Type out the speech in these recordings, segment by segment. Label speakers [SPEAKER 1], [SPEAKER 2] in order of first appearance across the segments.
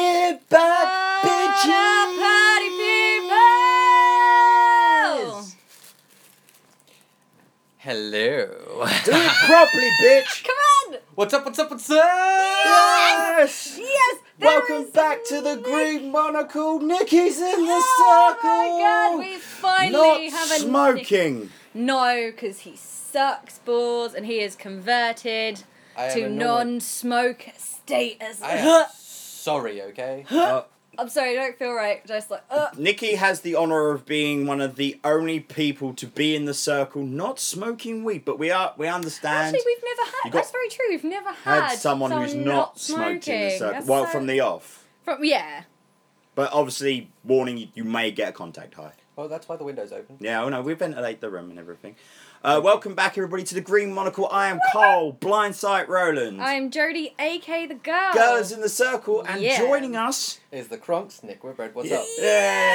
[SPEAKER 1] it back,
[SPEAKER 2] Ah,
[SPEAKER 1] bitches!
[SPEAKER 2] party people!
[SPEAKER 3] Hello.
[SPEAKER 1] Do it properly, bitch!
[SPEAKER 2] Come on!
[SPEAKER 3] what's up? What's up? What's up?
[SPEAKER 1] Yes!
[SPEAKER 2] Yes! there
[SPEAKER 1] Welcome
[SPEAKER 2] is
[SPEAKER 1] back to the green monocle. Nikki's in the
[SPEAKER 2] Oh
[SPEAKER 1] circle.
[SPEAKER 2] my god, we finally
[SPEAKER 1] Not
[SPEAKER 2] have a
[SPEAKER 1] smoking.
[SPEAKER 2] No, because he sucks balls and he is converted
[SPEAKER 3] I am
[SPEAKER 2] to
[SPEAKER 3] annoyed.
[SPEAKER 2] non smoke status.
[SPEAKER 3] I am sorry. Okay.
[SPEAKER 1] Uh,
[SPEAKER 2] I'm sorry, I don't feel right. Just like, uh,
[SPEAKER 1] Nikki has the honor of being one of the only people to be in the circle not smoking weed, but we are we understand
[SPEAKER 2] actually, we've never had.
[SPEAKER 1] You got-
[SPEAKER 2] That's very true. We've never had,
[SPEAKER 1] had someone who's not, smoked in the circle.
[SPEAKER 2] That's
[SPEAKER 1] well,
[SPEAKER 2] so-
[SPEAKER 1] from the off.
[SPEAKER 2] from yeah.
[SPEAKER 1] But obviously, warning you, you may get a contact high.
[SPEAKER 3] Oh, that's why the window's open.
[SPEAKER 1] Yeah, oh no, we ventilate the room and everything. Uh, welcome back, everybody, to the Green Monocle. I am Carl, Blindsight Roland.
[SPEAKER 2] I'm Jody, aka the girl.
[SPEAKER 1] Girls in the circle, and
[SPEAKER 2] Yeah.
[SPEAKER 1] joining us.
[SPEAKER 3] Is the Kronks Nick Whitbread? What's
[SPEAKER 1] Yeah.
[SPEAKER 3] up?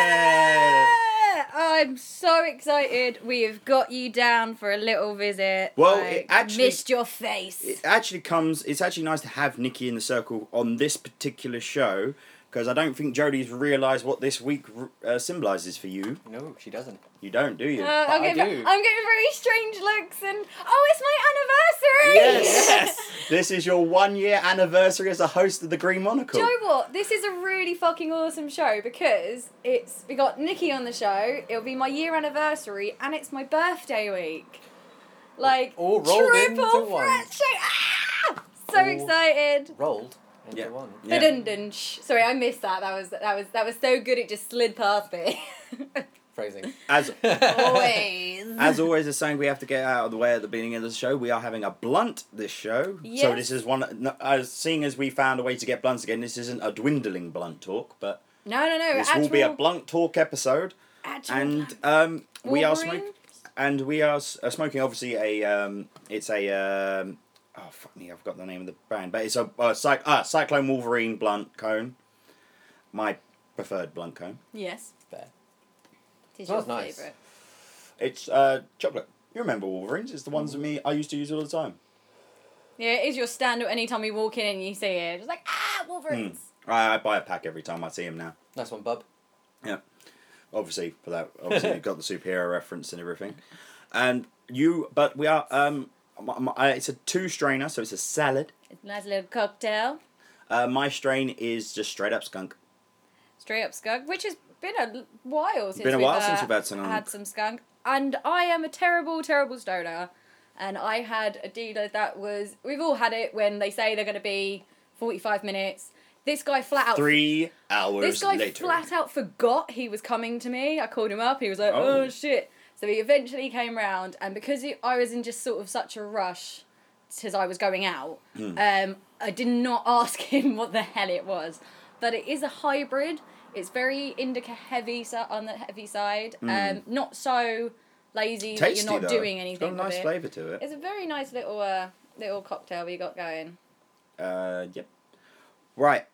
[SPEAKER 1] Yeah.
[SPEAKER 2] Yeah, I'm so excited. We have got you down for a little visit.
[SPEAKER 1] Well,
[SPEAKER 2] I
[SPEAKER 1] it actually-
[SPEAKER 2] missed your face.
[SPEAKER 1] It actually comes. It's actually nice to have Nikki in the circle on this particular show because I don't think Jodie's realised what this week uh, symbolises for you.
[SPEAKER 3] No, she doesn't.
[SPEAKER 1] You don't, do you?
[SPEAKER 2] Uh, I'm,
[SPEAKER 3] I
[SPEAKER 2] getting,
[SPEAKER 3] do.
[SPEAKER 2] I'm getting very strange looks and oh, it's my anniversary!
[SPEAKER 1] yes. this is your one year anniversary as a host of the Green Monocle.
[SPEAKER 2] Do you know what? This is a really fucking awesome show because it's we got Nikki on the show. It'll be my year anniversary and it's my birthday week. Like
[SPEAKER 3] All rolled
[SPEAKER 2] triple
[SPEAKER 3] into one.
[SPEAKER 2] threat show. Ah! So
[SPEAKER 3] All-
[SPEAKER 2] excited.
[SPEAKER 3] Rolled into
[SPEAKER 1] Yeah.
[SPEAKER 3] one.
[SPEAKER 1] Yeah.
[SPEAKER 2] Ba-dun-dun, shh. Sorry, I missed that. That was that was that was so good. It just slid past me.
[SPEAKER 3] Phrasing.
[SPEAKER 1] As
[SPEAKER 2] Oh, Always.
[SPEAKER 1] as always, the saying we have to get out of the way at the beginning of the show. We are having a blunt this show, so
[SPEAKER 2] Yes.
[SPEAKER 1] this is one. no, As seeing as we found a way to get blunts again, this isn't a dwindling blunt talk, but
[SPEAKER 2] no, no, no.
[SPEAKER 1] this
[SPEAKER 2] actual,
[SPEAKER 1] will be a blunt talk episode.
[SPEAKER 2] actual
[SPEAKER 1] and um, we are
[SPEAKER 2] Wolverine?
[SPEAKER 1] smoking, and we are s- uh, smoking. Obviously, a um, it's a um, oh fuck me, I've got the name of the brand, but it's a uh, cy- uh, Cyclone Wolverine blunt cone. My preferred blunt cone.
[SPEAKER 2] Yes.
[SPEAKER 3] Fair.
[SPEAKER 2] It is
[SPEAKER 3] Smells
[SPEAKER 2] your
[SPEAKER 3] nice.
[SPEAKER 2] favourite.
[SPEAKER 1] It's uh, chocolate. You remember Wolverines? It's the ones that
[SPEAKER 2] Mm.
[SPEAKER 1] me I used to use all the time.
[SPEAKER 2] Yeah, it is your standard anytime you walk in and you see it. It's like, ah, Wolverines.
[SPEAKER 1] I, I buy a pack every time I see him now.
[SPEAKER 3] Nice one, bub.
[SPEAKER 1] Yeah, obviously for that. Obviously, you've got the superhero reference and everything, and you. But we are um, my, my, it's a two strainer, so it's a salad.
[SPEAKER 2] It's a nice little cocktail.
[SPEAKER 1] Uh, my strain is just straight up skunk.
[SPEAKER 2] Straight up skunk, which has been a l- while since
[SPEAKER 1] Been a
[SPEAKER 2] we've,
[SPEAKER 1] while
[SPEAKER 2] uh,
[SPEAKER 1] since we've had some-
[SPEAKER 2] had some skunk. And I am a terrible, terrible stoner. And I had a dealer that was. We've all had it when they say they're going to be 45 minutes. This guy flat out.
[SPEAKER 1] Three hours
[SPEAKER 2] This guy
[SPEAKER 1] later.
[SPEAKER 2] flat out forgot he was coming to me. I called him up. He was like,
[SPEAKER 1] Oh.
[SPEAKER 2] "Oh, shit!" So he eventually came round, and because he, I was in just sort of such a rush, since I was going out,
[SPEAKER 1] Hmm.
[SPEAKER 2] um, I did not ask him what the hell it was. But it is a hybrid. It's very indica heavy so on the heavy side. Um, not so lazy that
[SPEAKER 1] Hmm. Tasty
[SPEAKER 2] you're not
[SPEAKER 1] though.
[SPEAKER 2] doing
[SPEAKER 1] It's
[SPEAKER 2] anything
[SPEAKER 1] got a
[SPEAKER 2] with
[SPEAKER 1] nice
[SPEAKER 2] it.
[SPEAKER 1] flavour to it.
[SPEAKER 2] It's a very nice little uh, little cocktail we got going.
[SPEAKER 1] Uh, yep. Right.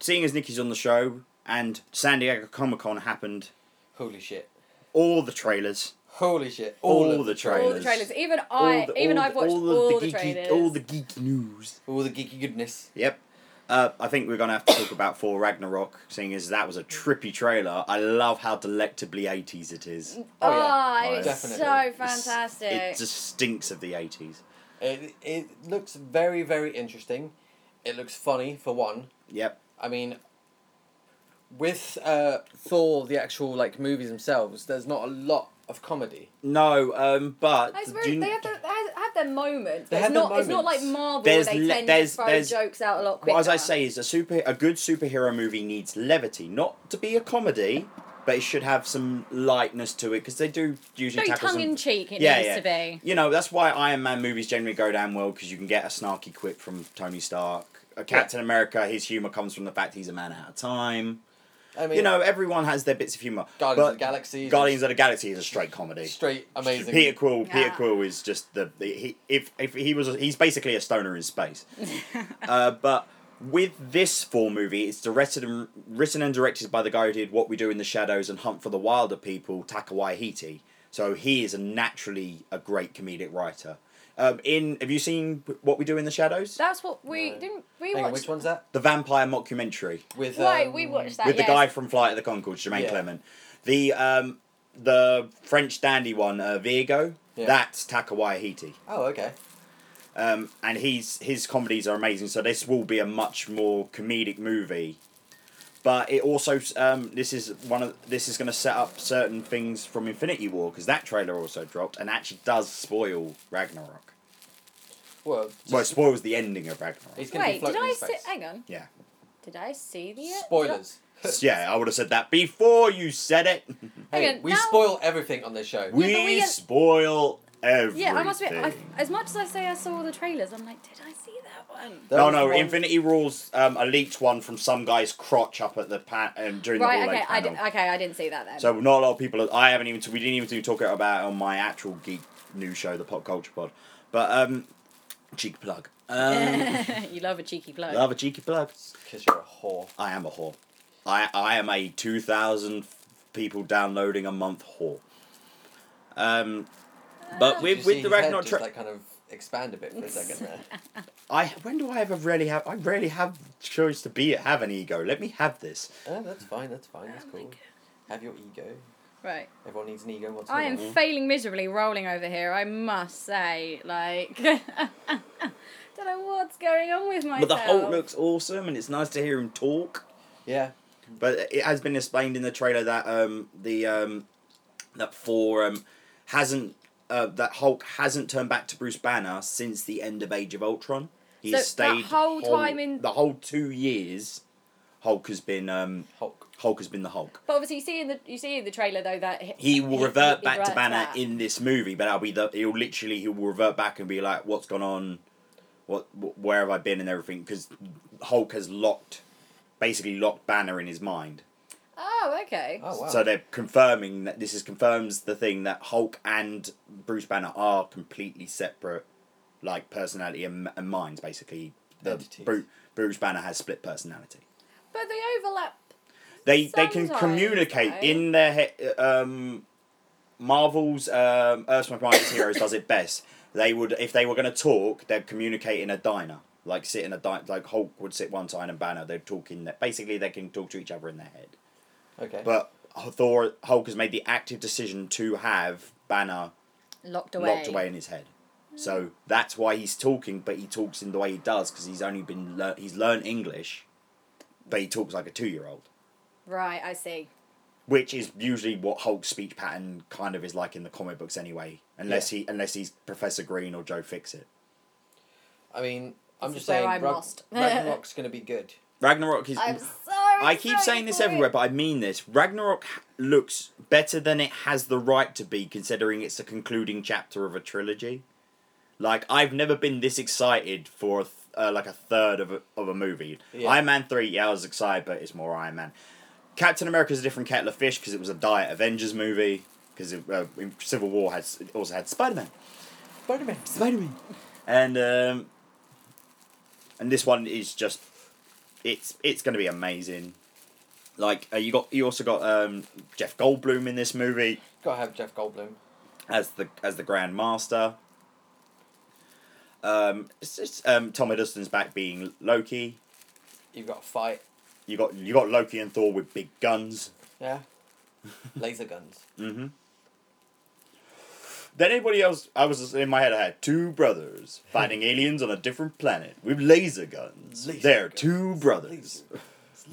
[SPEAKER 1] Seeing as Nikki's on the show and San Diego Comic Con happened,
[SPEAKER 3] Holy shit.
[SPEAKER 1] all the trailers,
[SPEAKER 3] Holy shit.
[SPEAKER 1] all,
[SPEAKER 3] All, of
[SPEAKER 1] the
[SPEAKER 3] them.
[SPEAKER 1] trailers,
[SPEAKER 2] All the trailers, even I, even I've watched all,
[SPEAKER 1] of
[SPEAKER 2] the,
[SPEAKER 1] geeky,
[SPEAKER 2] trailers.
[SPEAKER 1] all the geek news.
[SPEAKER 3] All the geeky goodness.
[SPEAKER 1] Yep. Uh, I think we're gonna have to talk about Thor Ragnarok, seeing as that was a trippy trailer. I love how delectably eighties it is.
[SPEAKER 2] Oh,
[SPEAKER 3] Oh, yeah.
[SPEAKER 2] it's
[SPEAKER 3] Definitely.
[SPEAKER 2] so
[SPEAKER 1] It's-
[SPEAKER 2] fantastic.
[SPEAKER 1] It just stinks of the eighties.
[SPEAKER 3] It, it looks very, very interesting. It looks funny, for one.
[SPEAKER 1] Yep.
[SPEAKER 3] I mean, with uh, Thor, the actual like movies themselves, there's not a lot of comedy.
[SPEAKER 1] No, um, but
[SPEAKER 2] I
[SPEAKER 1] do
[SPEAKER 2] swear,
[SPEAKER 1] you-
[SPEAKER 2] they have, their, they have- have their moments.
[SPEAKER 3] They
[SPEAKER 2] but
[SPEAKER 3] have
[SPEAKER 2] it's
[SPEAKER 3] their
[SPEAKER 2] not. It's not like
[SPEAKER 3] moments.
[SPEAKER 2] Marvel.
[SPEAKER 1] There's
[SPEAKER 2] where they
[SPEAKER 1] le-
[SPEAKER 2] tend
[SPEAKER 1] there's-
[SPEAKER 2] to throw
[SPEAKER 1] there's-
[SPEAKER 2] jokes out a lot quicker.
[SPEAKER 1] well, as I say, is a super a good superhero movie needs levity, not to be a comedy, but it should have some lightness to it because they do usually
[SPEAKER 2] very
[SPEAKER 1] tackle
[SPEAKER 2] tongue
[SPEAKER 1] some.
[SPEAKER 2] in cheek. It needs to be.
[SPEAKER 1] You know that's why Iron Man movies generally go down well because you can get a snarky quip from Tony Stark. Uh, Captain America, his humor comes from the fact he's a man out of time.
[SPEAKER 3] I mean,
[SPEAKER 1] You know, everyone has their bits of humor.
[SPEAKER 3] Guardians
[SPEAKER 1] but
[SPEAKER 3] of the Galaxy. is
[SPEAKER 1] Guardians of the Galaxy is a straight comedy.
[SPEAKER 3] straight amazing.
[SPEAKER 1] Peter Quill. Peter
[SPEAKER 2] Yeah.
[SPEAKER 1] Quill is just the the- he, if if he was a- he's basically a stoner in space. uh, but with this four movie, it's directed and written and directed by the guy who did What We Do in the Shadows and Hunt for the Wilder People, Taka Waititi. So he is a naturally a great comedic writer. Um, in have you seen what we do in the shadows?
[SPEAKER 2] That's what we
[SPEAKER 3] No.
[SPEAKER 2] didn't. We
[SPEAKER 3] Hang on,
[SPEAKER 2] watched.
[SPEAKER 3] which one's that?
[SPEAKER 1] the vampire mockumentary
[SPEAKER 3] With
[SPEAKER 2] Right,
[SPEAKER 3] um,
[SPEAKER 2] we watched that.
[SPEAKER 1] with
[SPEAKER 2] yeah.
[SPEAKER 1] the guy from Flight of the Concords, Jermaine
[SPEAKER 3] Yeah.
[SPEAKER 1] Clement. The um, the French dandy one, uh, Virgo.
[SPEAKER 3] Yeah.
[SPEAKER 1] That's Taka Waihiti.
[SPEAKER 3] Oh, okay.
[SPEAKER 1] Um, and he's his comedies are amazing. So this will be a much more comedic movie, but it also um, this is one of this is going to set up certain things from Infinity War because that trailer also dropped and actually does spoil Ragnarok.
[SPEAKER 3] Well,
[SPEAKER 1] Well, it spoils the ending of Ragnarok.
[SPEAKER 3] he's gonna be
[SPEAKER 2] Wait, did
[SPEAKER 3] floating in
[SPEAKER 2] I see?
[SPEAKER 3] space.
[SPEAKER 2] Hang on.
[SPEAKER 1] Yeah,
[SPEAKER 2] Did I see the
[SPEAKER 3] Spoilers.
[SPEAKER 1] yeah. I would have said that before you said it.
[SPEAKER 3] Hey,
[SPEAKER 2] Hang on,
[SPEAKER 3] we
[SPEAKER 2] now-
[SPEAKER 3] spoil everything on this show.
[SPEAKER 1] we,
[SPEAKER 2] but we-
[SPEAKER 1] spoil everything.
[SPEAKER 2] Yeah, I must be. I, as much as I say I saw the trailers, I'm like, did I see that one?
[SPEAKER 3] That
[SPEAKER 1] no,
[SPEAKER 3] was
[SPEAKER 1] no,
[SPEAKER 3] the one-
[SPEAKER 1] Infinity Rules um, a leaked one from some guy's crotch up at the pan um, during
[SPEAKER 2] right.
[SPEAKER 1] the all okay,
[SPEAKER 2] Okay. I
[SPEAKER 1] panel.
[SPEAKER 2] did, okay. I didn't see that then.
[SPEAKER 1] So not a lot of people. I haven't even. We didn't even talk about it on my actual geek news show, the Pop Culture Pod. But um, cheeky plug. Um,
[SPEAKER 2] you love a cheeky bloke.
[SPEAKER 1] love a cheeky plug.
[SPEAKER 3] Because you're a whore.
[SPEAKER 1] I am a whore. I I am a two thousand people downloading a month whore. Um, but
[SPEAKER 3] Did
[SPEAKER 1] with
[SPEAKER 3] you
[SPEAKER 1] with
[SPEAKER 3] see
[SPEAKER 1] the
[SPEAKER 3] his head
[SPEAKER 1] Ragnarok,
[SPEAKER 3] just,
[SPEAKER 1] tra-
[SPEAKER 3] like kind of expand a bit for a second there.
[SPEAKER 1] I when do I ever really have? I rarely have choice to be have an ego. Let me have this.
[SPEAKER 3] oh, that's fine. That's fine. That's
[SPEAKER 2] Oh my
[SPEAKER 3] cool.
[SPEAKER 2] God.
[SPEAKER 3] Have your ego.
[SPEAKER 2] Right.
[SPEAKER 3] Everyone needs an ego once in
[SPEAKER 2] I
[SPEAKER 3] a
[SPEAKER 2] am
[SPEAKER 3] while.
[SPEAKER 2] failing miserably rolling over here. I must say, like, don't know what's going on with
[SPEAKER 1] But
[SPEAKER 2] myself.
[SPEAKER 1] the Hulk looks awesome, and it's nice to hear him talk.
[SPEAKER 3] Yeah.
[SPEAKER 1] But it has been explained in the trailer that um the um that four um hasn't uh, that Hulk hasn't turned back to Bruce Banner since the end of Age of Ultron. He's
[SPEAKER 2] So that
[SPEAKER 1] stayed
[SPEAKER 2] whole time in-
[SPEAKER 1] the whole two years. Hulk has been um
[SPEAKER 3] Hulk.
[SPEAKER 1] Hulk has been the Hulk.
[SPEAKER 2] But obviously, you see in the you see in the trailer though that
[SPEAKER 1] He will revert
[SPEAKER 2] he
[SPEAKER 1] back to
[SPEAKER 2] reverts
[SPEAKER 1] Banner
[SPEAKER 2] back.
[SPEAKER 1] in this movie, but I'll be the he'll literally he will revert back and be like, "What's gone on? What wh- where have I been and everything?" Because Hulk has locked, basically locked Banner in his mind.
[SPEAKER 2] Oh, okay.
[SPEAKER 3] Oh wow.
[SPEAKER 1] So they're confirming that this is confirms the thing that Hulk and Bruce Banner are completely separate, like personality and, and minds. Basically, the
[SPEAKER 3] Entities.
[SPEAKER 1] Bru- Bruce Banner has split personality.
[SPEAKER 2] But they overlap.
[SPEAKER 1] They they can
[SPEAKER 2] Sometimes,
[SPEAKER 1] communicate
[SPEAKER 2] though.
[SPEAKER 1] in their he- um, Marvel's um, Earth's Most Mightiest Heroes does it best. They would if they were going to talk, they'd communicate in a diner, like sit in a diner. Like Hulk would sit one side and Banner they'd talk in. Their- basically, they can talk to each other in their head.
[SPEAKER 3] okay.
[SPEAKER 1] But Thor Hulk has made the active decision to have Banner
[SPEAKER 2] Locked away.
[SPEAKER 1] locked away in his head. So that's why he's talking, but he talks in the way he does because he's only been lear- he's learned English, but he talks like a two year old,
[SPEAKER 2] Right, I see.
[SPEAKER 1] which is usually what Hulk's speech pattern kind of is like in the comic books anyway. Unless he unless he's Professor Green or Joe Fixit.
[SPEAKER 3] I mean, I'm
[SPEAKER 2] This
[SPEAKER 3] just
[SPEAKER 2] is where
[SPEAKER 3] saying.
[SPEAKER 2] I'm
[SPEAKER 3] Rag-
[SPEAKER 2] lost.
[SPEAKER 3] Ragnarok's gonna be good.
[SPEAKER 1] Ragnarok is.
[SPEAKER 2] I'm sorry.
[SPEAKER 1] Mm. I keep
[SPEAKER 2] sorry
[SPEAKER 1] saying this
[SPEAKER 2] for it.
[SPEAKER 1] everywhere, but I mean this. Ragnarok h- looks better than it has the right to be, considering it's the concluding chapter of a trilogy. Like I've never been this excited for a th- uh, like a third of a, of a movie.
[SPEAKER 3] Yeah.
[SPEAKER 1] Iron Man three, yeah, I was excited, but it's more Iron Man. Captain America's a different kettle of fish because it was a diet Avengers movie. Because uh, in Civil War has it also had Spider Man.
[SPEAKER 3] Spider-Man.
[SPEAKER 1] Spider Man. And um, and this one is just it's it's gonna be amazing. Like uh, you got you also got um, Jeff Goldblum in this movie
[SPEAKER 3] Gotta have Jeff Goldblum.
[SPEAKER 1] as the as the Grand Master. Um, it's just, um, Tom Hiddleston's back being Loki.
[SPEAKER 3] You've got a fight.
[SPEAKER 1] You got you got Loki and Thor with big guns.
[SPEAKER 3] Yeah. Laser guns.
[SPEAKER 1] Mm-hmm. Then anybody else? I was just- in my head. I had two brothers fighting aliens on a different planet with laser guns.
[SPEAKER 3] Laser
[SPEAKER 1] They're
[SPEAKER 3] guns.
[SPEAKER 1] two brothers.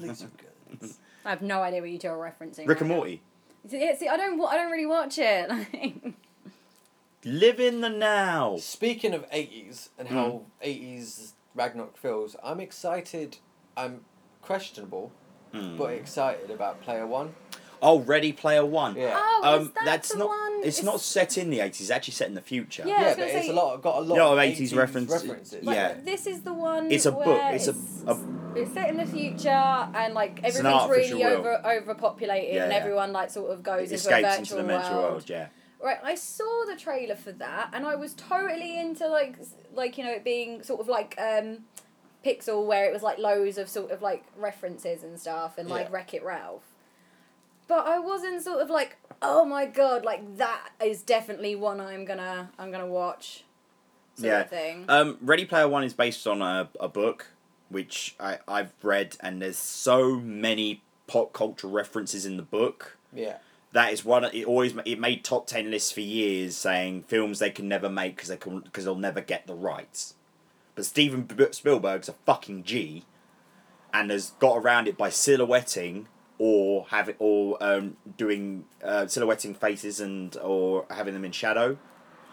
[SPEAKER 3] Laser guns. Laser guns.
[SPEAKER 2] I have no idea what you two are referencing.
[SPEAKER 1] Rick
[SPEAKER 2] right
[SPEAKER 1] and
[SPEAKER 2] now.
[SPEAKER 1] Morty.
[SPEAKER 2] See, yeah, see, I don't. wa- I don't really watch it. Like,
[SPEAKER 1] Live in the now.
[SPEAKER 3] Speaking of 80s and how
[SPEAKER 1] Hmm.
[SPEAKER 3] 80s Ragnarok feels, I'm excited. I'm questionable,
[SPEAKER 1] Hmm.
[SPEAKER 3] but excited about Player One.
[SPEAKER 1] Oh, Ready Player One.
[SPEAKER 3] Yeah.
[SPEAKER 2] oh, is
[SPEAKER 1] Um,
[SPEAKER 2] that
[SPEAKER 1] that's
[SPEAKER 2] the
[SPEAKER 1] not.
[SPEAKER 2] one?
[SPEAKER 1] It's, not set in the eighties. It's actually set in the future.
[SPEAKER 2] Yeah, I was
[SPEAKER 3] yeah, but
[SPEAKER 2] gonna
[SPEAKER 3] it's
[SPEAKER 2] say-
[SPEAKER 3] a lot. Got a
[SPEAKER 1] Lot
[SPEAKER 3] lot
[SPEAKER 1] of
[SPEAKER 3] of
[SPEAKER 1] 80s
[SPEAKER 3] 80s
[SPEAKER 1] reference-
[SPEAKER 3] references.
[SPEAKER 2] But
[SPEAKER 1] yeah.
[SPEAKER 2] This is the one.
[SPEAKER 1] It's a
[SPEAKER 2] where
[SPEAKER 1] book. It's a,
[SPEAKER 2] it's-
[SPEAKER 1] a
[SPEAKER 2] It's set in the future, and like
[SPEAKER 1] It's an
[SPEAKER 2] everything's
[SPEAKER 1] artificial
[SPEAKER 2] really
[SPEAKER 1] world.
[SPEAKER 2] over overpopulated,
[SPEAKER 1] Yeah,
[SPEAKER 2] and
[SPEAKER 1] yeah.
[SPEAKER 2] everyone like sort of goes
[SPEAKER 1] it
[SPEAKER 2] into a virtual
[SPEAKER 1] escapes into the mental world.
[SPEAKER 2] world.
[SPEAKER 1] Yeah.
[SPEAKER 2] Right, I saw the trailer for that, and I was totally into like, s- like you know, it being sort of like um, Pixel, where it was like loads of sort of like references and stuff, and like
[SPEAKER 3] Yeah.
[SPEAKER 2] Wreck It Ralph. But I wasn't sort of like, oh my god, like that is definitely one I'm gonna I'm gonna watch. sort
[SPEAKER 1] Yeah.
[SPEAKER 2] of thing.
[SPEAKER 1] Um, Ready Player One is based on a, a book, which I, I've read, and there's so many pop culture references in the book.
[SPEAKER 3] Yeah.
[SPEAKER 1] That is one. It always ma- it made top ten lists for years, saying films they can never make because they can because they'll never get the rights. But Steven B- Spielberg's a fucking G, and has got around it by silhouetting or have it or um, doing uh, silhouetting faces and or having them in shadow.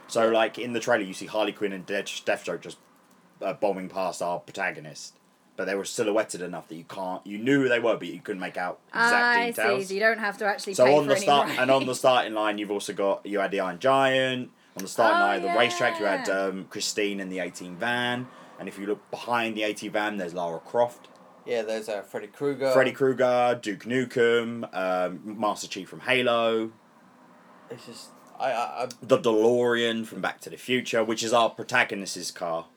[SPEAKER 1] So like in the trailer, you see Harley Quinn and Death Deathstroke just uh, bombing past our protagonist, but they were silhouetted enough that you can't you knew who they were, but you couldn't make out exact
[SPEAKER 2] I
[SPEAKER 1] details.
[SPEAKER 2] see. So you don't have to actually
[SPEAKER 1] So
[SPEAKER 2] pay
[SPEAKER 1] on
[SPEAKER 2] for
[SPEAKER 1] the
[SPEAKER 2] any
[SPEAKER 1] start
[SPEAKER 2] rights.
[SPEAKER 1] and on the starting line, you've also got you had the Iron Giant. On the starting
[SPEAKER 2] Oh,
[SPEAKER 1] line, of the racetrack, you had
[SPEAKER 2] yeah.
[SPEAKER 1] um, Christine and the eighteen van. And if you look behind the eighteen van, there's Lara Croft,
[SPEAKER 3] Yeah, there's uh, Freddy Krueger.
[SPEAKER 1] Freddy Krueger, Duke Nukem, um, Master Chief from Halo,
[SPEAKER 3] It's just. I, I, I
[SPEAKER 1] the DeLorean from Back to the Future, which is our protagonist's car.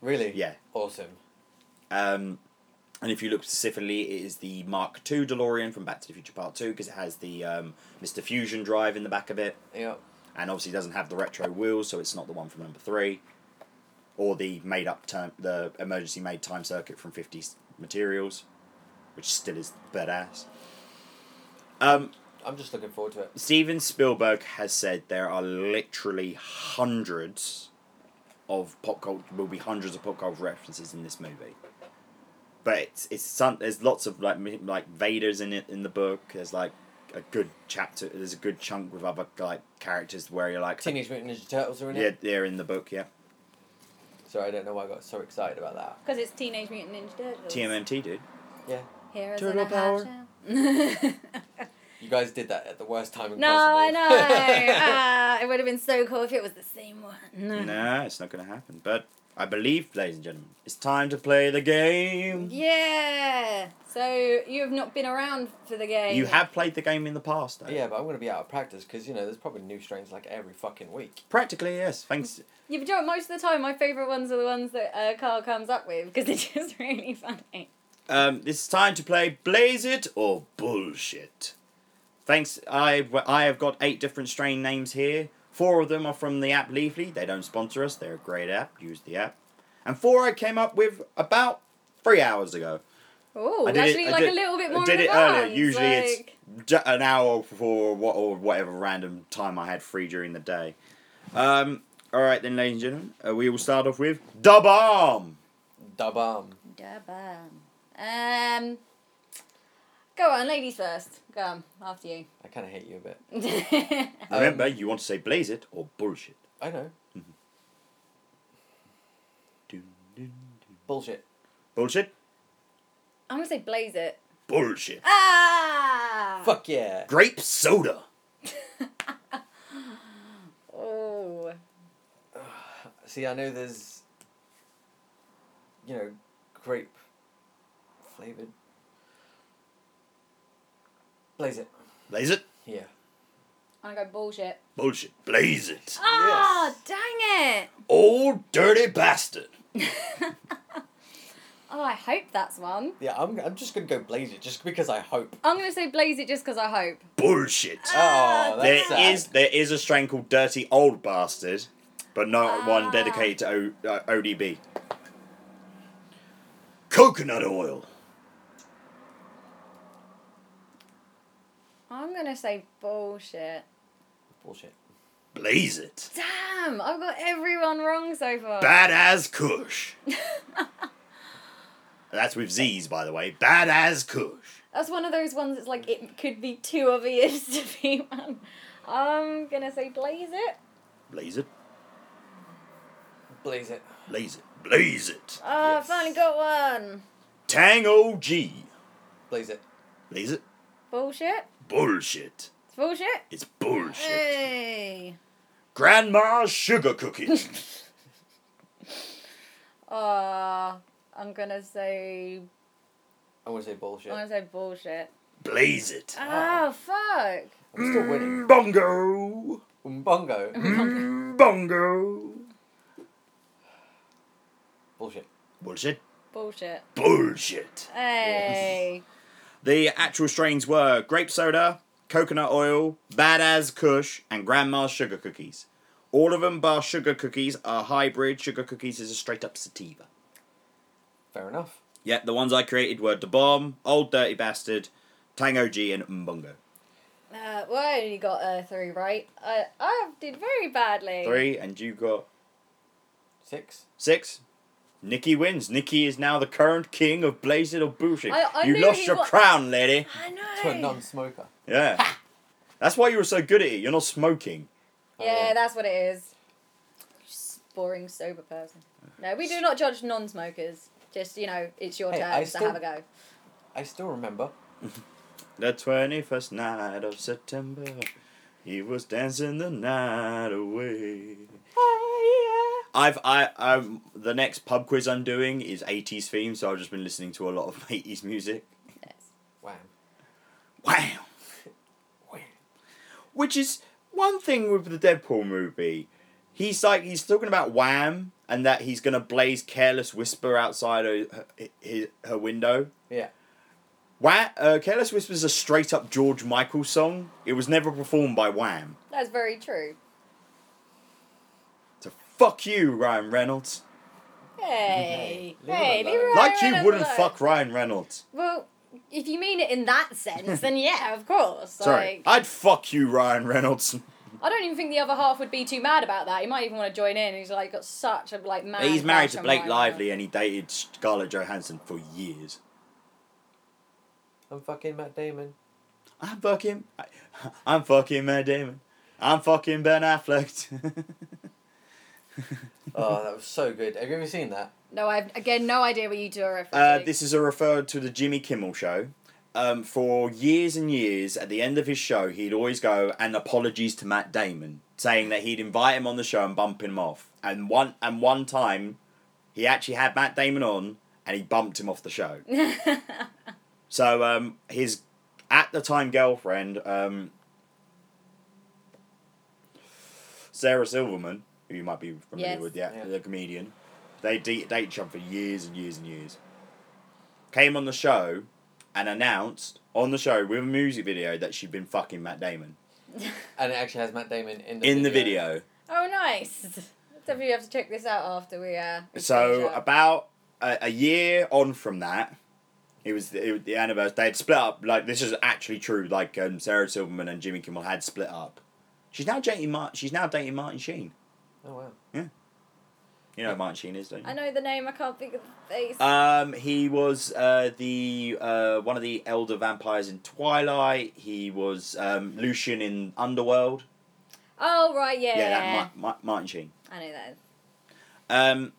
[SPEAKER 3] Really?
[SPEAKER 1] Yeah.
[SPEAKER 3] Awesome.
[SPEAKER 1] Um, and if you look specifically, it is the Mark II DeLorean from Back to the Future Part Two because it has the um, Mr. Fusion drive in the back of it.
[SPEAKER 3] Yeah.
[SPEAKER 1] and obviously doesn't have the retro wheels, so it's not the one from number three, or the made up term, the emergency made time circuit from fifty materials, which still is badass. Um,
[SPEAKER 3] I'm just looking forward to it.
[SPEAKER 1] Steven Spielberg has said there are literally hundreds of pop culture will be hundreds of pop culture references in this movie. But it's, it's some, there's lots of like mi- like Vader's in it in the book. There's like a good chapter. There's a good chunk with other like characters where you're like,
[SPEAKER 3] Teenage Mutant Ninja Turtles are in
[SPEAKER 1] yeah,
[SPEAKER 3] it.
[SPEAKER 1] they're in the book. Yeah,
[SPEAKER 3] Sorry, I don't know why I got so excited about that.
[SPEAKER 2] Because it's Teenage Mutant Ninja Turtles.
[SPEAKER 1] TMNT, dude.
[SPEAKER 3] Yeah.
[SPEAKER 2] Heroes
[SPEAKER 1] Turtle
[SPEAKER 2] in a
[SPEAKER 1] power.
[SPEAKER 2] half-shell.
[SPEAKER 3] You guys did that at the worst time
[SPEAKER 2] no,
[SPEAKER 3] possible.
[SPEAKER 2] I know. uh, it would have been so cool if it was the same one.
[SPEAKER 1] Nah, it's not gonna happen. But I believe, ladies and gentlemen, it's time to play the game.
[SPEAKER 2] Yeah. So you have not been around for the game.
[SPEAKER 1] You have played the game in the past, though.
[SPEAKER 3] yeah, but I'm going to be out of practice because, you know, there's probably new strains like every fucking week.
[SPEAKER 1] Practically, yes. Thanks.
[SPEAKER 2] Yeah, but you know what, most of the time, my favourite ones are the ones that uh, Carl comes up with because they're just really funny.
[SPEAKER 1] Um, it's time to play Blaze It or Bullshit. Thanks. I, I have got eight different strain names here. Four of them are from the app Leafly. They don't sponsor us. They're a great app. Use the app. And four I came up with about three hours ago.
[SPEAKER 2] Oh,
[SPEAKER 1] I did it-
[SPEAKER 2] actually,
[SPEAKER 1] I
[SPEAKER 2] like
[SPEAKER 1] did-
[SPEAKER 2] a little bit
[SPEAKER 1] I
[SPEAKER 2] more.
[SPEAKER 1] did
[SPEAKER 2] in
[SPEAKER 1] it earlier.
[SPEAKER 2] advance,
[SPEAKER 1] Usually it's-
[SPEAKER 2] like-
[SPEAKER 1] Ju- an hour before what or whatever random time I had free during the day. Um, all right then, ladies and gentlemen, uh, we will start off with Dub Arm.
[SPEAKER 3] Dub arm.
[SPEAKER 2] Durban. Um, go on, ladies first. Go on, after you.
[SPEAKER 3] I kind of hate you a bit. Um,
[SPEAKER 1] Remember, you want to say blaze it or bullshit.
[SPEAKER 3] I know.
[SPEAKER 1] Dun, dun, dun.
[SPEAKER 3] Bullshit.
[SPEAKER 1] Bullshit.
[SPEAKER 2] I'm gonna say blaze it.
[SPEAKER 1] Bullshit.
[SPEAKER 2] Ah!
[SPEAKER 3] Fuck yeah.
[SPEAKER 1] Grape soda.
[SPEAKER 2] Oh.
[SPEAKER 3] See, I know there's, you know, grape flavoured. Blaze it.
[SPEAKER 1] Blaze it.
[SPEAKER 3] Yeah.
[SPEAKER 2] I'm gonna go bullshit.
[SPEAKER 1] Bullshit. Blaze it.
[SPEAKER 2] Ah, dang it!
[SPEAKER 1] Old dirty bastard.
[SPEAKER 2] Oh, I hope that's one.
[SPEAKER 3] Yeah, I'm, I'm just going to go blaze it just because I hope.
[SPEAKER 2] I'm gonna say blaze it just because I hope.
[SPEAKER 1] Bullshit.
[SPEAKER 3] Oh,
[SPEAKER 1] Ah, There
[SPEAKER 3] that's
[SPEAKER 1] is
[SPEAKER 3] sad.
[SPEAKER 1] there is a strain called Dirty Old Bastard, but not
[SPEAKER 2] Ah.
[SPEAKER 1] one dedicated to o, uh, ODB. Coconut oil.
[SPEAKER 2] I'm gonna say bullshit.
[SPEAKER 3] Bullshit.
[SPEAKER 1] Blaze it.
[SPEAKER 2] Damn, I've got everyone wrong so far.
[SPEAKER 1] Badass Kush. That's with Z's, by the way. Badass Kush.
[SPEAKER 2] That's one of those ones that's like it could be too obvious to be one. I'm gonna say blaze it.
[SPEAKER 1] Blaze it.
[SPEAKER 3] Blaze it.
[SPEAKER 1] Blaze it. Blaze it.
[SPEAKER 2] Oh,
[SPEAKER 3] Yes.
[SPEAKER 2] I finally got one.
[SPEAKER 1] Tang OG.
[SPEAKER 3] Blaze it.
[SPEAKER 1] Blaze it.
[SPEAKER 2] Bullshit.
[SPEAKER 1] Bullshit.
[SPEAKER 2] It's bullshit.
[SPEAKER 1] It's bullshit.
[SPEAKER 2] Hey.
[SPEAKER 1] Grandma's sugar cookies.
[SPEAKER 2] Oh, I'm gonna say
[SPEAKER 3] I want to say bullshit.
[SPEAKER 1] Oh.
[SPEAKER 2] I'm gonna say bullshit.
[SPEAKER 1] Blaze it. Mm,
[SPEAKER 2] Oh, fuck.
[SPEAKER 3] I'm still winning. Mm,
[SPEAKER 1] Bongo. Mm,
[SPEAKER 3] Umbongo.
[SPEAKER 1] Bongo.
[SPEAKER 3] Bullshit.
[SPEAKER 1] Bullshit.
[SPEAKER 2] Bullshit.
[SPEAKER 1] Bullshit.
[SPEAKER 2] Hey.
[SPEAKER 1] The actual strains were grape soda, coconut oil, badass kush, and grandma's sugar cookies. All of them, bar sugar cookies, are hybrid. Sugar cookies is a straight up sativa.
[SPEAKER 3] Fair enough.
[SPEAKER 1] Yeah, the ones I created were Da Bomb, Old Dirty Bastard, Tango G, and Mbongo.
[SPEAKER 2] Uh, well, I only got uh, three right. I I did very badly.
[SPEAKER 1] Three, and you got
[SPEAKER 3] Six.
[SPEAKER 1] six. Nikki wins. Nikki is now the current king of Blazed or Bullshit.
[SPEAKER 2] I- I
[SPEAKER 1] You
[SPEAKER 2] knew
[SPEAKER 1] lost
[SPEAKER 2] he
[SPEAKER 1] your
[SPEAKER 2] wa-
[SPEAKER 1] crown, lady.
[SPEAKER 2] I
[SPEAKER 3] To a
[SPEAKER 2] know.
[SPEAKER 3] non-smoker.
[SPEAKER 1] Yeah. That's why you were so good at it. You're not smoking.
[SPEAKER 3] Oh,
[SPEAKER 2] Yeah,
[SPEAKER 3] yeah.
[SPEAKER 2] that's what it is. Just boring sober person. No, we do not judge non-smokers. Just you know, it's your
[SPEAKER 3] Hey, I
[SPEAKER 2] turn, so
[SPEAKER 3] still-
[SPEAKER 2] have a go.
[SPEAKER 3] I still remember.
[SPEAKER 1] The 21st night of September, he was dancing the night away. I've I I'm the next pub quiz I'm doing is 80s theme, so I've just been listening to a lot of 80s music.
[SPEAKER 3] Wham.
[SPEAKER 1] Wow.
[SPEAKER 3] Wham.
[SPEAKER 1] Which is one thing with the Deadpool movie. He's like he's talking about Wham and that he's gonna blaze Careless Whisper outside her, her, her window.
[SPEAKER 3] Yeah.
[SPEAKER 1] Wha uh, Careless Whisper's a straight up George Michael song. It was never performed by Wham.
[SPEAKER 2] That's very true.
[SPEAKER 1] So fuck you, Ryan Reynolds.
[SPEAKER 2] Hey,
[SPEAKER 3] Leave it
[SPEAKER 2] hey,
[SPEAKER 3] alone.
[SPEAKER 2] leave Ryan
[SPEAKER 1] like you
[SPEAKER 2] Reynolds
[SPEAKER 1] wouldn't
[SPEAKER 2] alone.
[SPEAKER 1] fuck Ryan Reynolds.
[SPEAKER 2] Well, if you mean it in that sense, then yeah, of course.
[SPEAKER 1] Sorry,
[SPEAKER 2] Like,
[SPEAKER 1] I'd fuck you, Ryan Reynolds.
[SPEAKER 2] I don't even think the other half would be too mad about that. He might even want to join in. He's like got such a like man.
[SPEAKER 1] He's married
[SPEAKER 2] crush
[SPEAKER 1] to
[SPEAKER 2] on
[SPEAKER 1] Blake
[SPEAKER 2] Ryan
[SPEAKER 1] Lively and he dated Scarlett Johansson for years.
[SPEAKER 3] I'm fucking Matt Damon.
[SPEAKER 1] I'm fucking, I, I'm fucking Matt Damon. I'm fucking Ben Affleck.
[SPEAKER 3] Oh, that was so good. Have you ever seen that?
[SPEAKER 2] Reynolds. No, I've again no idea what you do. Or
[SPEAKER 1] Uh, this is a refer to the Jimmy Kimmel show. Um, for years and years, at the end of his show, he'd always go and apologies to Matt Damon, saying that he'd invite him on the show and bump him off. And one and one time, he actually had Matt Damon on, and he bumped him off the show. so um, his at the time girlfriend, um, Sarah Silverman, who you might be familiar
[SPEAKER 2] Yes.
[SPEAKER 1] with, yeah,
[SPEAKER 3] Yeah.
[SPEAKER 1] the comedian. They de- date each other for years and years and years. Came on the show and announced on the show with a music video that she'd been fucking Matt Damon
[SPEAKER 3] And it actually has Matt Damon in the
[SPEAKER 1] in the video.
[SPEAKER 2] oh, nice. Definitely have to check this out after we. Uh, we
[SPEAKER 1] So
[SPEAKER 2] finish up.
[SPEAKER 1] about a, a year on from that, it was the, it was the anniversary. They had split up. Like this is actually true. Like um, Sarah Silverman and Jimmy Kimmel had split up. She's now dating Martin. She's now dating Martin Sheen.
[SPEAKER 3] Oh wow.
[SPEAKER 1] You know who Martin Sheen is, don't you?
[SPEAKER 2] I know the name. I can't think of the face.
[SPEAKER 1] Um, he was uh, the uh, one of the elder vampires in Twilight. He was um, Lucian in Underworld.
[SPEAKER 2] oh right, yeah.
[SPEAKER 1] Yeah, that, Ma- Ma- Martin Sheen.
[SPEAKER 2] I know that.
[SPEAKER 1] Um,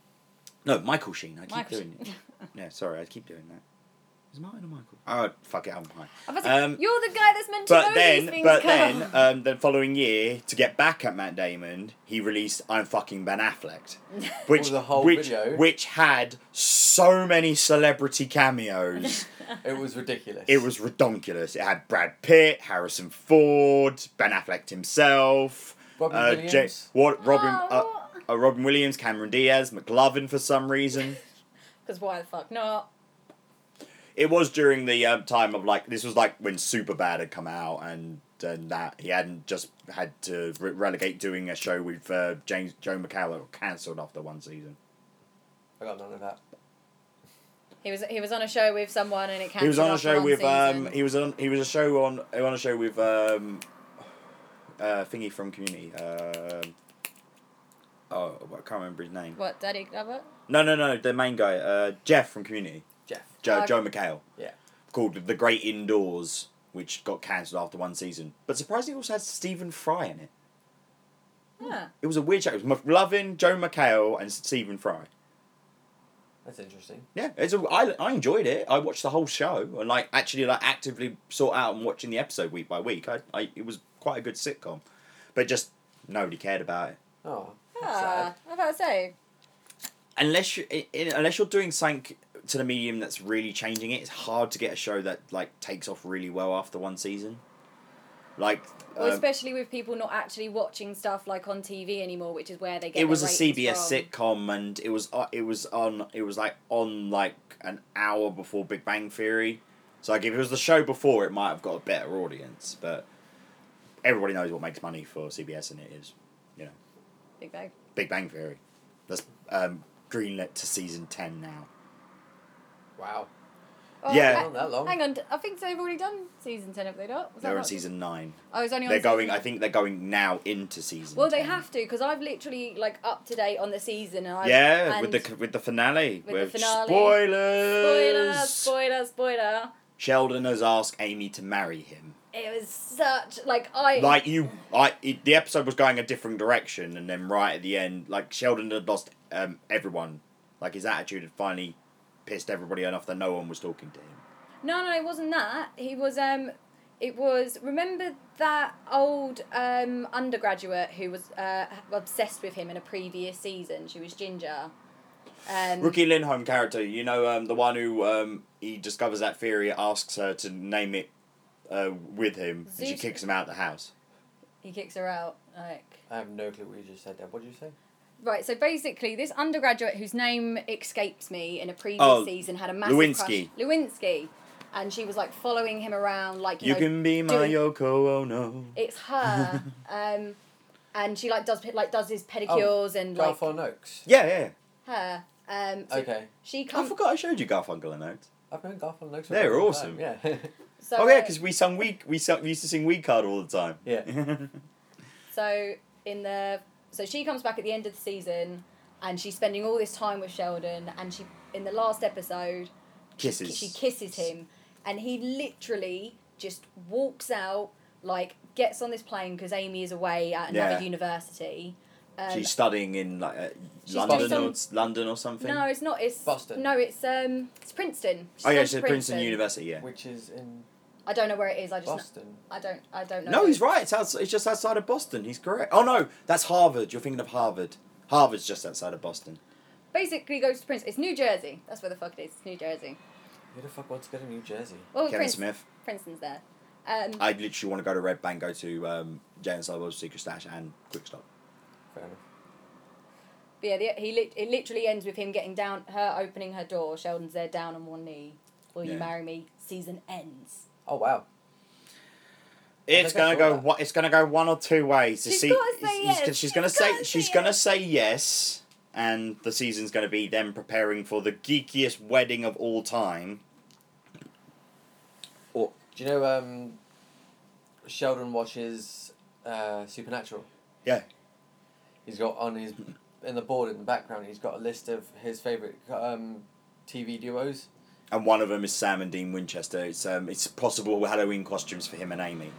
[SPEAKER 1] no, Michael Sheen. I keep
[SPEAKER 2] Michael
[SPEAKER 1] doing it. Yeah, sorry, I keep doing that. Is Martin or Michael? Oh, fuck it, I'm high.
[SPEAKER 2] I was like,
[SPEAKER 1] Um,
[SPEAKER 2] You're the guy that's meant to know
[SPEAKER 1] But
[SPEAKER 2] these
[SPEAKER 1] then,
[SPEAKER 2] things.
[SPEAKER 1] but
[SPEAKER 2] Carl."
[SPEAKER 1] then, um, the following year, to get back at Matt Damon, he released "I'm Fucking Ben Affleck," which
[SPEAKER 3] the whole
[SPEAKER 1] which
[SPEAKER 3] video.
[SPEAKER 1] which had so many celebrity cameos.
[SPEAKER 3] It was ridiculous.
[SPEAKER 1] It was redonkulous. It had Brad Pitt, Harrison Ford, Ben Affleck himself,
[SPEAKER 3] Robin
[SPEAKER 1] uh,
[SPEAKER 3] Williams.
[SPEAKER 1] Ja- what Robin, uh,
[SPEAKER 2] Oh.
[SPEAKER 1] uh, Robin Williams, Cameron Diaz, McLovin for some reason.
[SPEAKER 2] Because why the fuck not?
[SPEAKER 1] it was during the um, time of like this was like when Superbad had come out and and that he hadn't just had to re- relegate doing a show with uh, James Joe McCall cancelled after one season.
[SPEAKER 3] I got none of that.
[SPEAKER 2] He was he was on a show with someone and it cancelled.
[SPEAKER 1] he was on a
[SPEAKER 2] after
[SPEAKER 1] show
[SPEAKER 2] one
[SPEAKER 1] with um
[SPEAKER 2] season.
[SPEAKER 1] he was on he was a show on he was on a show with um uh thingy from community um oh I can't remember his name
[SPEAKER 2] What Daddy Glover?
[SPEAKER 1] no no no the main guy uh Jeff from community
[SPEAKER 3] Jeff.
[SPEAKER 1] Joe
[SPEAKER 2] Oh.
[SPEAKER 1] Joe McHale
[SPEAKER 3] Yeah.
[SPEAKER 1] called the Great Indoors which got cancelled after one season but surprisingly also had Stephen Fry in it
[SPEAKER 2] Huh.
[SPEAKER 1] it was a weird show it was loving Joe McHale and Stephen Fry
[SPEAKER 3] That's interesting.
[SPEAKER 1] Yeah, it's a, I, I enjoyed it. I watched the whole show and like actually like actively sought out and watching the episode week by week. I, I it was quite a good sitcom, but just nobody cared about it
[SPEAKER 3] Oh. That's
[SPEAKER 2] Ah,
[SPEAKER 3] sad.
[SPEAKER 2] I was about to say.
[SPEAKER 1] unless you i- in, unless you're doing something to the medium that's really changing it. It's hard to get a show that like takes off really well after one season. Like
[SPEAKER 2] Well,
[SPEAKER 1] um,
[SPEAKER 2] especially with people not actually watching stuff like on TV anymore, which is where they get.
[SPEAKER 1] it was a
[SPEAKER 2] their ratings
[SPEAKER 1] CBS
[SPEAKER 2] from.
[SPEAKER 1] sitcom and it was uh, it was on it was like on like an hour before Big Bang Theory. So like if it was the show before, it might have got a better audience, but everybody knows what makes money for CBS, and it is, you know,
[SPEAKER 2] Big Bang.
[SPEAKER 1] Big Bang Theory. That's um, greenlit to season ten now.
[SPEAKER 3] Wow.
[SPEAKER 2] Oh,
[SPEAKER 1] Yeah.
[SPEAKER 2] I-
[SPEAKER 3] Not that long.
[SPEAKER 2] Hang on, d- I think they've already done season ten, have they not? Was that
[SPEAKER 1] They're on
[SPEAKER 2] not-
[SPEAKER 1] season nine.
[SPEAKER 2] I was only on.
[SPEAKER 1] They're going.
[SPEAKER 2] season-
[SPEAKER 1] I think they're going now into season.
[SPEAKER 2] Well, they
[SPEAKER 1] 10.
[SPEAKER 2] have to because I've literally like up to date on the season and I.
[SPEAKER 1] Yeah,
[SPEAKER 2] and
[SPEAKER 1] with the with the finale.
[SPEAKER 2] with the finale.
[SPEAKER 1] Spoilers.
[SPEAKER 2] spoiler, spoiler, spoiler.
[SPEAKER 1] Sheldon has asked Amy to marry him.
[SPEAKER 2] It was such like I
[SPEAKER 1] Like you, I it, the episode was going a different direction, and then right at the end, like Sheldon had lost um, everyone. Like his attitude had finally pissed everybody enough that no one was talking to him.
[SPEAKER 2] No, no, it wasn't that. He was um it was remember that old um undergraduate who was uh obsessed with him in a previous season. She was Ginger. Um
[SPEAKER 1] Rookie Lindholm character, you know, um, the one who um, he discovers that theory, asks her to name it uh, with him, and she
[SPEAKER 2] Zeus-
[SPEAKER 1] kicks him out of the house.
[SPEAKER 2] he kicks her out like
[SPEAKER 3] I have no clue what you just said there. What did you say?
[SPEAKER 2] Right, so basically, this undergraduate whose name escapes me in a previous
[SPEAKER 1] Oh,
[SPEAKER 2] season had a massive
[SPEAKER 1] Lewinsky.
[SPEAKER 2] crush. Lewinsky, and she was like following him around, like you,
[SPEAKER 1] You
[SPEAKER 2] know,
[SPEAKER 1] can be my
[SPEAKER 2] doing-
[SPEAKER 1] Yoko Ono.
[SPEAKER 2] it's her, um, and she like does like does his pedicures and like
[SPEAKER 3] Garfunkel Oaks.
[SPEAKER 1] Yeah, yeah.
[SPEAKER 2] her. Um, so
[SPEAKER 3] Okay.
[SPEAKER 2] She
[SPEAKER 1] I
[SPEAKER 2] comes.
[SPEAKER 1] forgot I showed you Garfunkel and Oates.
[SPEAKER 3] I've known Garfunkel Oaks. for a
[SPEAKER 1] They're
[SPEAKER 3] long time,
[SPEAKER 1] awesome.
[SPEAKER 3] Yeah.
[SPEAKER 2] So,
[SPEAKER 1] oh yeah,
[SPEAKER 2] uh,
[SPEAKER 1] because we sung we we, sung, we used to sing Weed Card all the time.
[SPEAKER 3] Yeah.
[SPEAKER 2] so in the so she comes back at the end of the season, and she's spending all this time with Sheldon, and she in the last episode
[SPEAKER 1] Kisses.
[SPEAKER 2] she kisses him and he literally just walks out like gets on this plane because amy is away at another
[SPEAKER 1] Yeah.
[SPEAKER 2] university um,
[SPEAKER 1] She's studying in like uh,
[SPEAKER 2] She's
[SPEAKER 1] London
[SPEAKER 2] doing
[SPEAKER 1] or London or something.
[SPEAKER 2] no it's not it's
[SPEAKER 3] Boston.
[SPEAKER 2] no it's um it's princeton
[SPEAKER 1] oh yeah,
[SPEAKER 2] gone to
[SPEAKER 1] she's at Princeton University. Yeah.
[SPEAKER 3] Which is in
[SPEAKER 2] i don't know where it is i just kn-
[SPEAKER 3] Boston.
[SPEAKER 2] i don't i don't know
[SPEAKER 1] No, he's right. It's outs It's just outside of Boston. He's correct. Oh no, that's Harvard. You're thinking of Harvard. Harvard's just outside of Boston.
[SPEAKER 2] basically goes to princeton it's new jersey that's where the fuck it is it's new jersey
[SPEAKER 3] Who the fuck wants to go to New Jersey?
[SPEAKER 2] well
[SPEAKER 1] Kevin
[SPEAKER 2] Prince,
[SPEAKER 1] Smith.
[SPEAKER 2] princeton's there um,
[SPEAKER 1] I literally want to go to Red Bank, go to um, Jay and Silver's Secret Stash and Quick Stop.
[SPEAKER 3] Fair enough.
[SPEAKER 2] but yeah the, he lit it literally ends with him getting down her opening her door sheldon's there down on one knee will you
[SPEAKER 1] Yeah.
[SPEAKER 2] marry me season ends
[SPEAKER 3] Oh wow.
[SPEAKER 1] It's
[SPEAKER 3] think
[SPEAKER 1] gonna
[SPEAKER 3] I saw
[SPEAKER 1] go.
[SPEAKER 3] that.
[SPEAKER 1] One, it's gonna go one or two ways.
[SPEAKER 2] She's
[SPEAKER 1] see,
[SPEAKER 2] gotta say
[SPEAKER 1] he's- he's-
[SPEAKER 2] yes.
[SPEAKER 1] she's gonna
[SPEAKER 2] She's
[SPEAKER 1] say
[SPEAKER 2] gotta say
[SPEAKER 1] she's gonna
[SPEAKER 2] yes.
[SPEAKER 1] say yes, and the season's gonna be them preparing for the geekiest wedding of all time.
[SPEAKER 3] Or do you know um, Sheldon watches uh, Supernatural?
[SPEAKER 1] Yeah.
[SPEAKER 3] He's got on his in the board in the background. He's got a list of his favorite um, TV duos.
[SPEAKER 1] And one of them is Sam and Dean Winchester. It's um, it's possible Halloween costumes for him and Amy.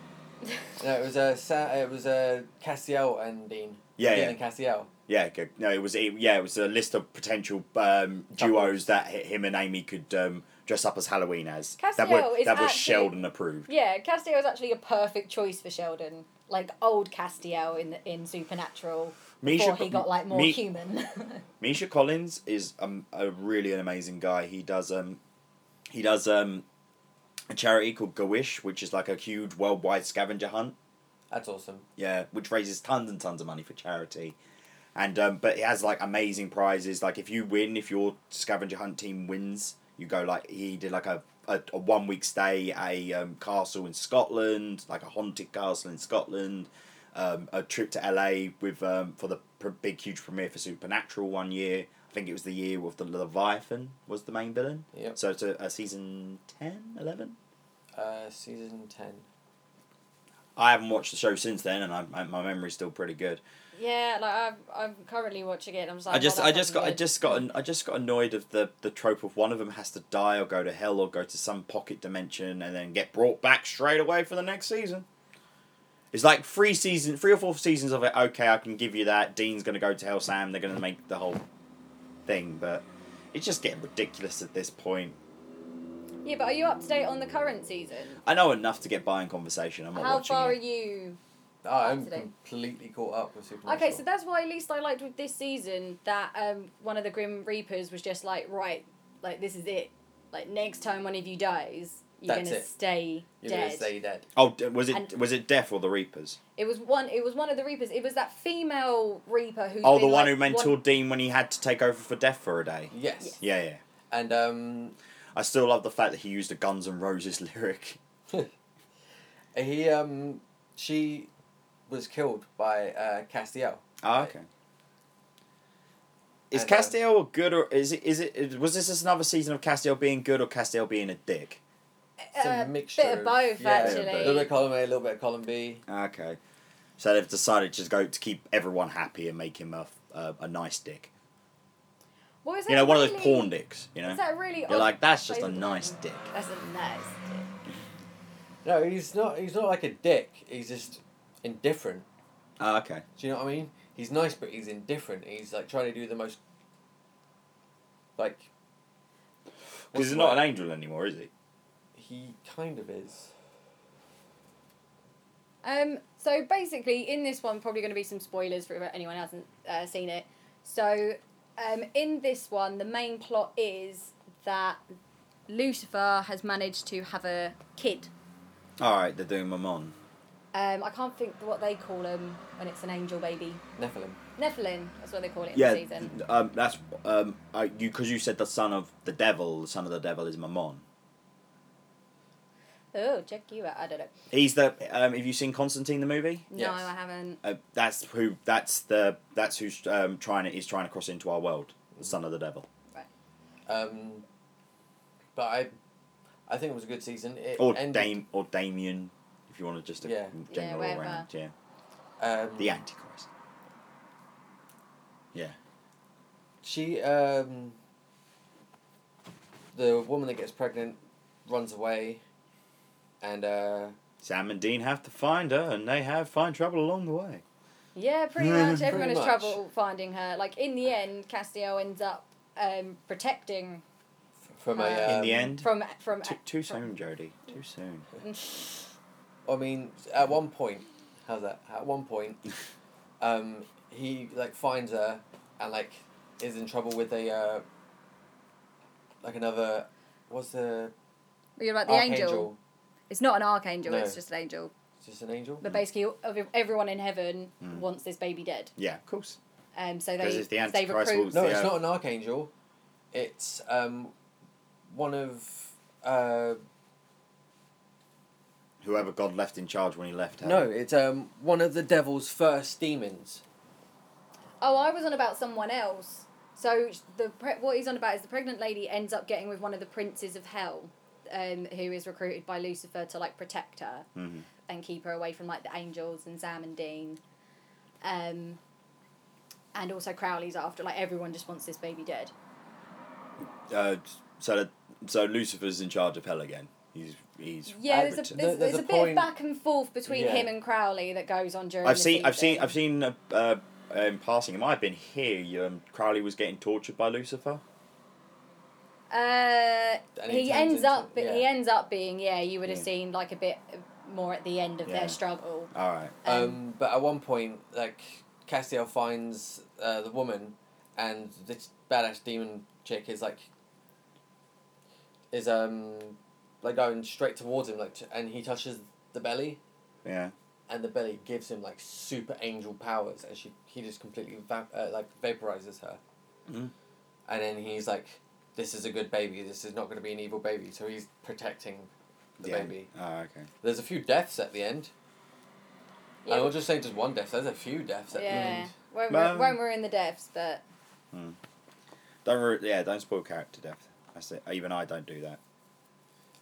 [SPEAKER 3] No, it was a uh, Sa- it was a uh, Castiel and Dean.
[SPEAKER 1] Yeah,
[SPEAKER 3] Dean
[SPEAKER 1] yeah.
[SPEAKER 3] and Castiel.
[SPEAKER 1] Yeah, good. No, it was it, yeah, it was a list of potential um, duos that h- him and Amy could um, dress up as Halloween as. that
[SPEAKER 2] Castiel
[SPEAKER 1] was
[SPEAKER 2] is
[SPEAKER 1] that was
[SPEAKER 2] actually-
[SPEAKER 1] Sheldon approved.
[SPEAKER 2] Yeah, Castiel is actually a perfect choice for Sheldon. Like old Castiel in in Supernatural
[SPEAKER 1] Misha
[SPEAKER 2] before he got like more
[SPEAKER 1] Mi-
[SPEAKER 2] human.
[SPEAKER 1] Misha Collins is um, a really an amazing guy. He does um, he does um, a charity called Gowish, which is like a huge worldwide scavenger hunt.
[SPEAKER 3] That's awesome.
[SPEAKER 1] Yeah, which raises tons and tons of money for charity, and um, but it has like amazing prizes. Like if you win, if your scavenger hunt team wins, you go like he did like a a, a one week stay at a um, castle in Scotland, like a haunted castle in Scotland. Um, a trip to LA with um, for the pr- big huge premiere for Supernatural one year. I think it was the year with the Leviathan was the main villain.
[SPEAKER 3] Yep.
[SPEAKER 1] So it's a, a season 10, 11?
[SPEAKER 3] Uh, season ten.
[SPEAKER 1] I haven't watched the show since then, and I, my my memory's still pretty good.
[SPEAKER 2] yeah, like I'm, I'm currently watching it. And I'm just like,
[SPEAKER 1] I just,
[SPEAKER 2] "Oh,
[SPEAKER 1] I
[SPEAKER 2] that
[SPEAKER 1] just got,
[SPEAKER 2] sounds
[SPEAKER 1] I
[SPEAKER 2] good."
[SPEAKER 1] just got, an, I just got annoyed of the the trope of one of them has to die or go to hell or go to some pocket dimension and then get brought back straight away for the next season. It's like three season, three or four seasons of it. Okay, I can give you that. Dean's gonna go to hell. Sam, they're gonna make the whole thing, but it's just getting ridiculous at this point.
[SPEAKER 2] Yeah, but are you up to date on the current season?
[SPEAKER 1] I know enough to get by in conversation. I'm not
[SPEAKER 2] How
[SPEAKER 1] watching
[SPEAKER 2] far
[SPEAKER 1] it.
[SPEAKER 2] are you?
[SPEAKER 3] Oh, I'm
[SPEAKER 2] today.
[SPEAKER 3] completely caught up with Supernatural.
[SPEAKER 2] Okay, so that's why at least I liked with this season that um one of the Grim Reapers was just like right, like this is it. Like next time one of you dies, you're
[SPEAKER 3] That's
[SPEAKER 2] gonna
[SPEAKER 3] it.
[SPEAKER 2] stay
[SPEAKER 3] you're
[SPEAKER 2] dead.
[SPEAKER 3] gonna stay dead.
[SPEAKER 1] Oh, d- was it
[SPEAKER 2] And-
[SPEAKER 1] was it Death or the Reapers?
[SPEAKER 2] It was one. It was one of the Reapers. It was that female Reaper who.
[SPEAKER 1] Oh, the one who mentored Dean when he had to take over for Death for a day.
[SPEAKER 3] Yes.
[SPEAKER 1] Yeah, yeah.
[SPEAKER 3] And um,
[SPEAKER 1] I still love the fact that he used a Guns N' Roses lyric.
[SPEAKER 3] he um, she was killed by uh, Castiel.
[SPEAKER 1] Oh, okay. Is
[SPEAKER 3] And, uh,
[SPEAKER 1] Castiel a good or is it, is it is- was this just another season of Castiel being good or Castiel being a dick?
[SPEAKER 3] It's
[SPEAKER 2] Uh,
[SPEAKER 3] a
[SPEAKER 2] bit
[SPEAKER 3] mixture
[SPEAKER 2] of both,
[SPEAKER 1] actually.
[SPEAKER 3] A little bit of column A, a little bit of column B.
[SPEAKER 1] Ah, Okay, so they've decided to just go to keep everyone happy and make him a a, a nice dick.
[SPEAKER 2] What is
[SPEAKER 1] You know, one of those
[SPEAKER 2] really-
[SPEAKER 1] porn dicks. You know,
[SPEAKER 2] Is that really?
[SPEAKER 1] you're
[SPEAKER 2] odd
[SPEAKER 1] like that's just a
[SPEAKER 2] flavour?
[SPEAKER 1] nice dick.
[SPEAKER 2] That's a nice. dick.
[SPEAKER 3] No, he's not. He's not like a dick. He's just indifferent.
[SPEAKER 1] Oh, okay,
[SPEAKER 3] Do you know what I mean? He's nice, but he's indifferent. He's like trying to do the most. Like.
[SPEAKER 1] because
[SPEAKER 3] what's
[SPEAKER 1] he's
[SPEAKER 3] the
[SPEAKER 1] not an
[SPEAKER 3] word?
[SPEAKER 1] angel anymore, is he?
[SPEAKER 3] He kind of is.
[SPEAKER 2] Um. So basically, in this one, probably going to be some spoilers for if anyone hasn't uh, seen it. So, um, in this one, the main plot is that Lucifer has managed to have a kid.
[SPEAKER 1] All right, they're doing Mammon.
[SPEAKER 2] Um, I can't think what they call him when it's an angel baby.
[SPEAKER 3] Nephilim.
[SPEAKER 2] Nephilim. That's what they call it in
[SPEAKER 1] Yeah,
[SPEAKER 2] the season.
[SPEAKER 1] th- um, that's um, I, you because you said the son of the devil. The son of the devil is Mammon.
[SPEAKER 2] Oh, check you out. I don't know.
[SPEAKER 1] He's the. Um, have you seen Constantine the movie?
[SPEAKER 2] No,
[SPEAKER 3] Yes.
[SPEAKER 2] I haven't.
[SPEAKER 1] Uh, that's who. That's the. That's who's um, trying to. He's trying to cross into our world. The son of the devil,
[SPEAKER 3] Um, but I, I think it was a good season. It
[SPEAKER 1] or
[SPEAKER 3] ended,
[SPEAKER 1] Dame, or Damien, if you want to just a
[SPEAKER 3] Yeah.
[SPEAKER 2] Yeah,
[SPEAKER 1] general
[SPEAKER 2] whatever.
[SPEAKER 1] round. Yeah,
[SPEAKER 3] Um,
[SPEAKER 1] the Antichrist. Yeah.
[SPEAKER 3] She um. The woman that gets pregnant, runs away, and uh,
[SPEAKER 1] Sam and Dean have to find her, and they have find trouble along the way.
[SPEAKER 2] Yeah, pretty much.
[SPEAKER 1] Pretty
[SPEAKER 2] Everyone has
[SPEAKER 3] much.
[SPEAKER 2] trouble finding her. Like in the end, Castiel ends up um, protecting
[SPEAKER 3] from
[SPEAKER 2] Uh,
[SPEAKER 3] a
[SPEAKER 2] In
[SPEAKER 3] um,
[SPEAKER 1] In the end,
[SPEAKER 2] from from.
[SPEAKER 1] too, too soon, Jody. Too soon.
[SPEAKER 3] I mean, at one point, how's that? At one point, um, he like finds her and like is in trouble with a uh, like another what's the
[SPEAKER 2] You're about the angel. It's not an archangel.
[SPEAKER 3] No.
[SPEAKER 2] It's just an angel.
[SPEAKER 3] It's just an angel.
[SPEAKER 2] But basically, ev- everyone in heaven
[SPEAKER 1] Mm.
[SPEAKER 2] wants this baby dead.
[SPEAKER 1] Yeah, of course.
[SPEAKER 2] Um, so
[SPEAKER 1] 'Cause
[SPEAKER 2] they
[SPEAKER 1] if the
[SPEAKER 2] they
[SPEAKER 1] Antichrist
[SPEAKER 2] recruit.
[SPEAKER 1] was-
[SPEAKER 3] No,
[SPEAKER 1] Yeah.
[SPEAKER 3] it's not an archangel. It's um, one of uh,
[SPEAKER 1] Whoever God left in charge when he left her.
[SPEAKER 3] no, it's um one of the devil's first demons.
[SPEAKER 2] Oh, I was on about someone else. So the pre- what he's on about is the pregnant lady ends up getting with one of the princes of hell, um, who is recruited by Lucifer to like protect her
[SPEAKER 1] Mhm.
[SPEAKER 2] and keep her away from like the angels and Sam and Dean, um, and also Crowley's after. Like everyone just wants this baby dead.
[SPEAKER 1] Uh, so that, so Lucifer's in charge of hell again. He's he's.
[SPEAKER 2] Yeah, there's a
[SPEAKER 1] Alberton.
[SPEAKER 2] there's,
[SPEAKER 3] There's
[SPEAKER 2] there's a,
[SPEAKER 3] a
[SPEAKER 2] bit of
[SPEAKER 3] point-
[SPEAKER 2] back and forth between
[SPEAKER 3] Yeah.
[SPEAKER 2] him and Crowley that goes on during.
[SPEAKER 1] I've
[SPEAKER 2] the
[SPEAKER 1] seen, I've seen,
[SPEAKER 2] season.
[SPEAKER 1] I've seen, uh, uh, in passing, it might have been here, um, Crowley was getting tortured by Lucifer.
[SPEAKER 2] Uh,
[SPEAKER 3] And he
[SPEAKER 2] he
[SPEAKER 3] turns
[SPEAKER 2] ends
[SPEAKER 3] into-
[SPEAKER 2] up, but he
[SPEAKER 3] yeah.
[SPEAKER 2] ends up being yeah. You would have
[SPEAKER 1] Yeah.
[SPEAKER 2] seen like a bit more at the end of
[SPEAKER 1] Yeah.
[SPEAKER 2] their struggle.
[SPEAKER 1] All right.
[SPEAKER 3] Um,
[SPEAKER 2] Um,
[SPEAKER 3] but at one point, like Castiel finds uh, the woman, and this badass demon chick is like, is um, like going straight towards him, like, t- and he touches the belly,
[SPEAKER 1] Yeah.
[SPEAKER 3] and the belly gives him like super angel powers, and she he just completely va- uh, like vaporizes her,
[SPEAKER 1] Mm.
[SPEAKER 3] and then he's like, this is a good baby. This is not going to be an evil baby. So he's protecting the
[SPEAKER 1] yeah.
[SPEAKER 3] baby.
[SPEAKER 1] Oh, okay.
[SPEAKER 3] There's a few deaths at the end.
[SPEAKER 2] Yeah.
[SPEAKER 3] I'm not just saying just one death. There's a few deaths at the
[SPEAKER 2] yeah,
[SPEAKER 1] mm.
[SPEAKER 3] end.
[SPEAKER 2] when
[SPEAKER 1] Well-
[SPEAKER 2] we're, when we're in the depths, but
[SPEAKER 1] Don't ru- yeah. Don't spoil character death. That's it. Even I don't do that.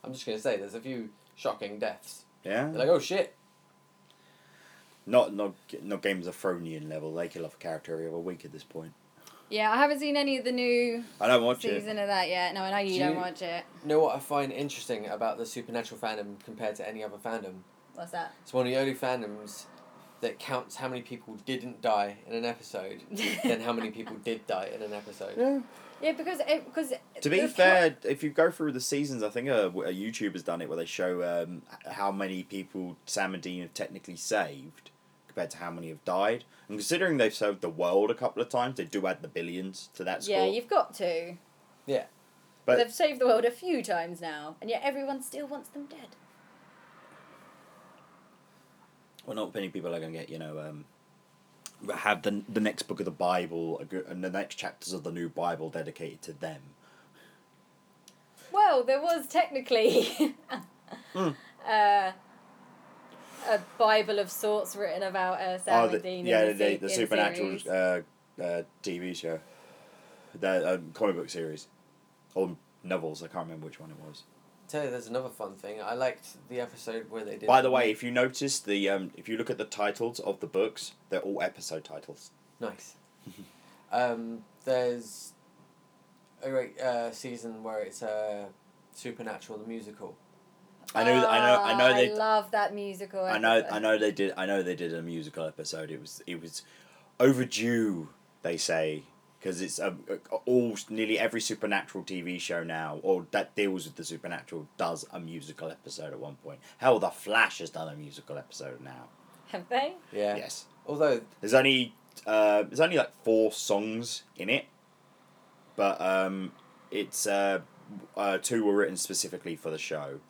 [SPEAKER 3] I'm just gonna say there's a few shocking deaths.
[SPEAKER 1] Yeah.
[SPEAKER 3] They're like, oh shit.
[SPEAKER 1] not not not Games of Thronian level. They kill off a character every other week at this point.
[SPEAKER 2] yeah, I haven't seen any of the new
[SPEAKER 1] I don't watch it.
[SPEAKER 2] season of that yet. No, I know you
[SPEAKER 3] Do
[SPEAKER 2] Do not
[SPEAKER 3] you-
[SPEAKER 2] watch it.
[SPEAKER 3] You know what I find interesting about the supernatural fandom compared to any other fandom?
[SPEAKER 2] What's that?
[SPEAKER 3] It's one of the only fandoms that counts how many people didn't die in an episode than how many people did die in an episode.
[SPEAKER 1] Yeah.
[SPEAKER 2] Yeah, because it, because
[SPEAKER 1] To be
[SPEAKER 2] the
[SPEAKER 1] fair, if you go through the seasons, I think uh, a, a YouTuber's done it where they show um, h- how many people Sam and Dean have technically saved compared to how many have died. And considering they've saved the world a couple of times, they do add the billions to that
[SPEAKER 2] plot-
[SPEAKER 1] score.
[SPEAKER 2] yeah, you've got to.
[SPEAKER 3] Yeah.
[SPEAKER 1] But-
[SPEAKER 2] They've saved the world a few times now, and yet everyone still wants them dead.
[SPEAKER 1] Well, not many people are going to get, you know, um, have the, the next book of the Bible a good- and the next chapters of the new Bible dedicated to them.
[SPEAKER 2] Well, there was technically
[SPEAKER 1] Hmm.
[SPEAKER 2] uh, a Bible of sorts written about uh, Sam
[SPEAKER 1] Oh, the, uh,
[SPEAKER 2] and Dean.
[SPEAKER 1] yeah,
[SPEAKER 2] in the,
[SPEAKER 1] the,
[SPEAKER 2] se-
[SPEAKER 1] the
[SPEAKER 2] in
[SPEAKER 1] supernatural
[SPEAKER 2] series.
[SPEAKER 1] uh, uh, TV show. the um, comic book series, or novels. I can't remember which one it was.
[SPEAKER 3] Tell you, there's another fun thing. I liked the episode where they did.
[SPEAKER 1] By the way, if you notice the um, if you look at the titles of the books, they're all episode titles.
[SPEAKER 3] Nice. um, there's a great uh, season where it's uh, Supernatural, the musical.
[SPEAKER 1] I know, I know, I know
[SPEAKER 2] Ah,
[SPEAKER 1] they.
[SPEAKER 2] I love that musical.
[SPEAKER 1] I know,
[SPEAKER 2] episode.
[SPEAKER 1] I know they did. I know they did a musical episode. It was, it was overdue. They say because it's um, all nearly every supernatural TV show now, or that deals with the supernatural, does a musical episode at one point. Hell, the Flash has done a musical episode now.
[SPEAKER 2] Have they?
[SPEAKER 3] Yeah.
[SPEAKER 1] Yes,
[SPEAKER 3] Although
[SPEAKER 1] there's only uh, there's only like four songs in it, but um, it's uh, uh, two were written specifically for the show,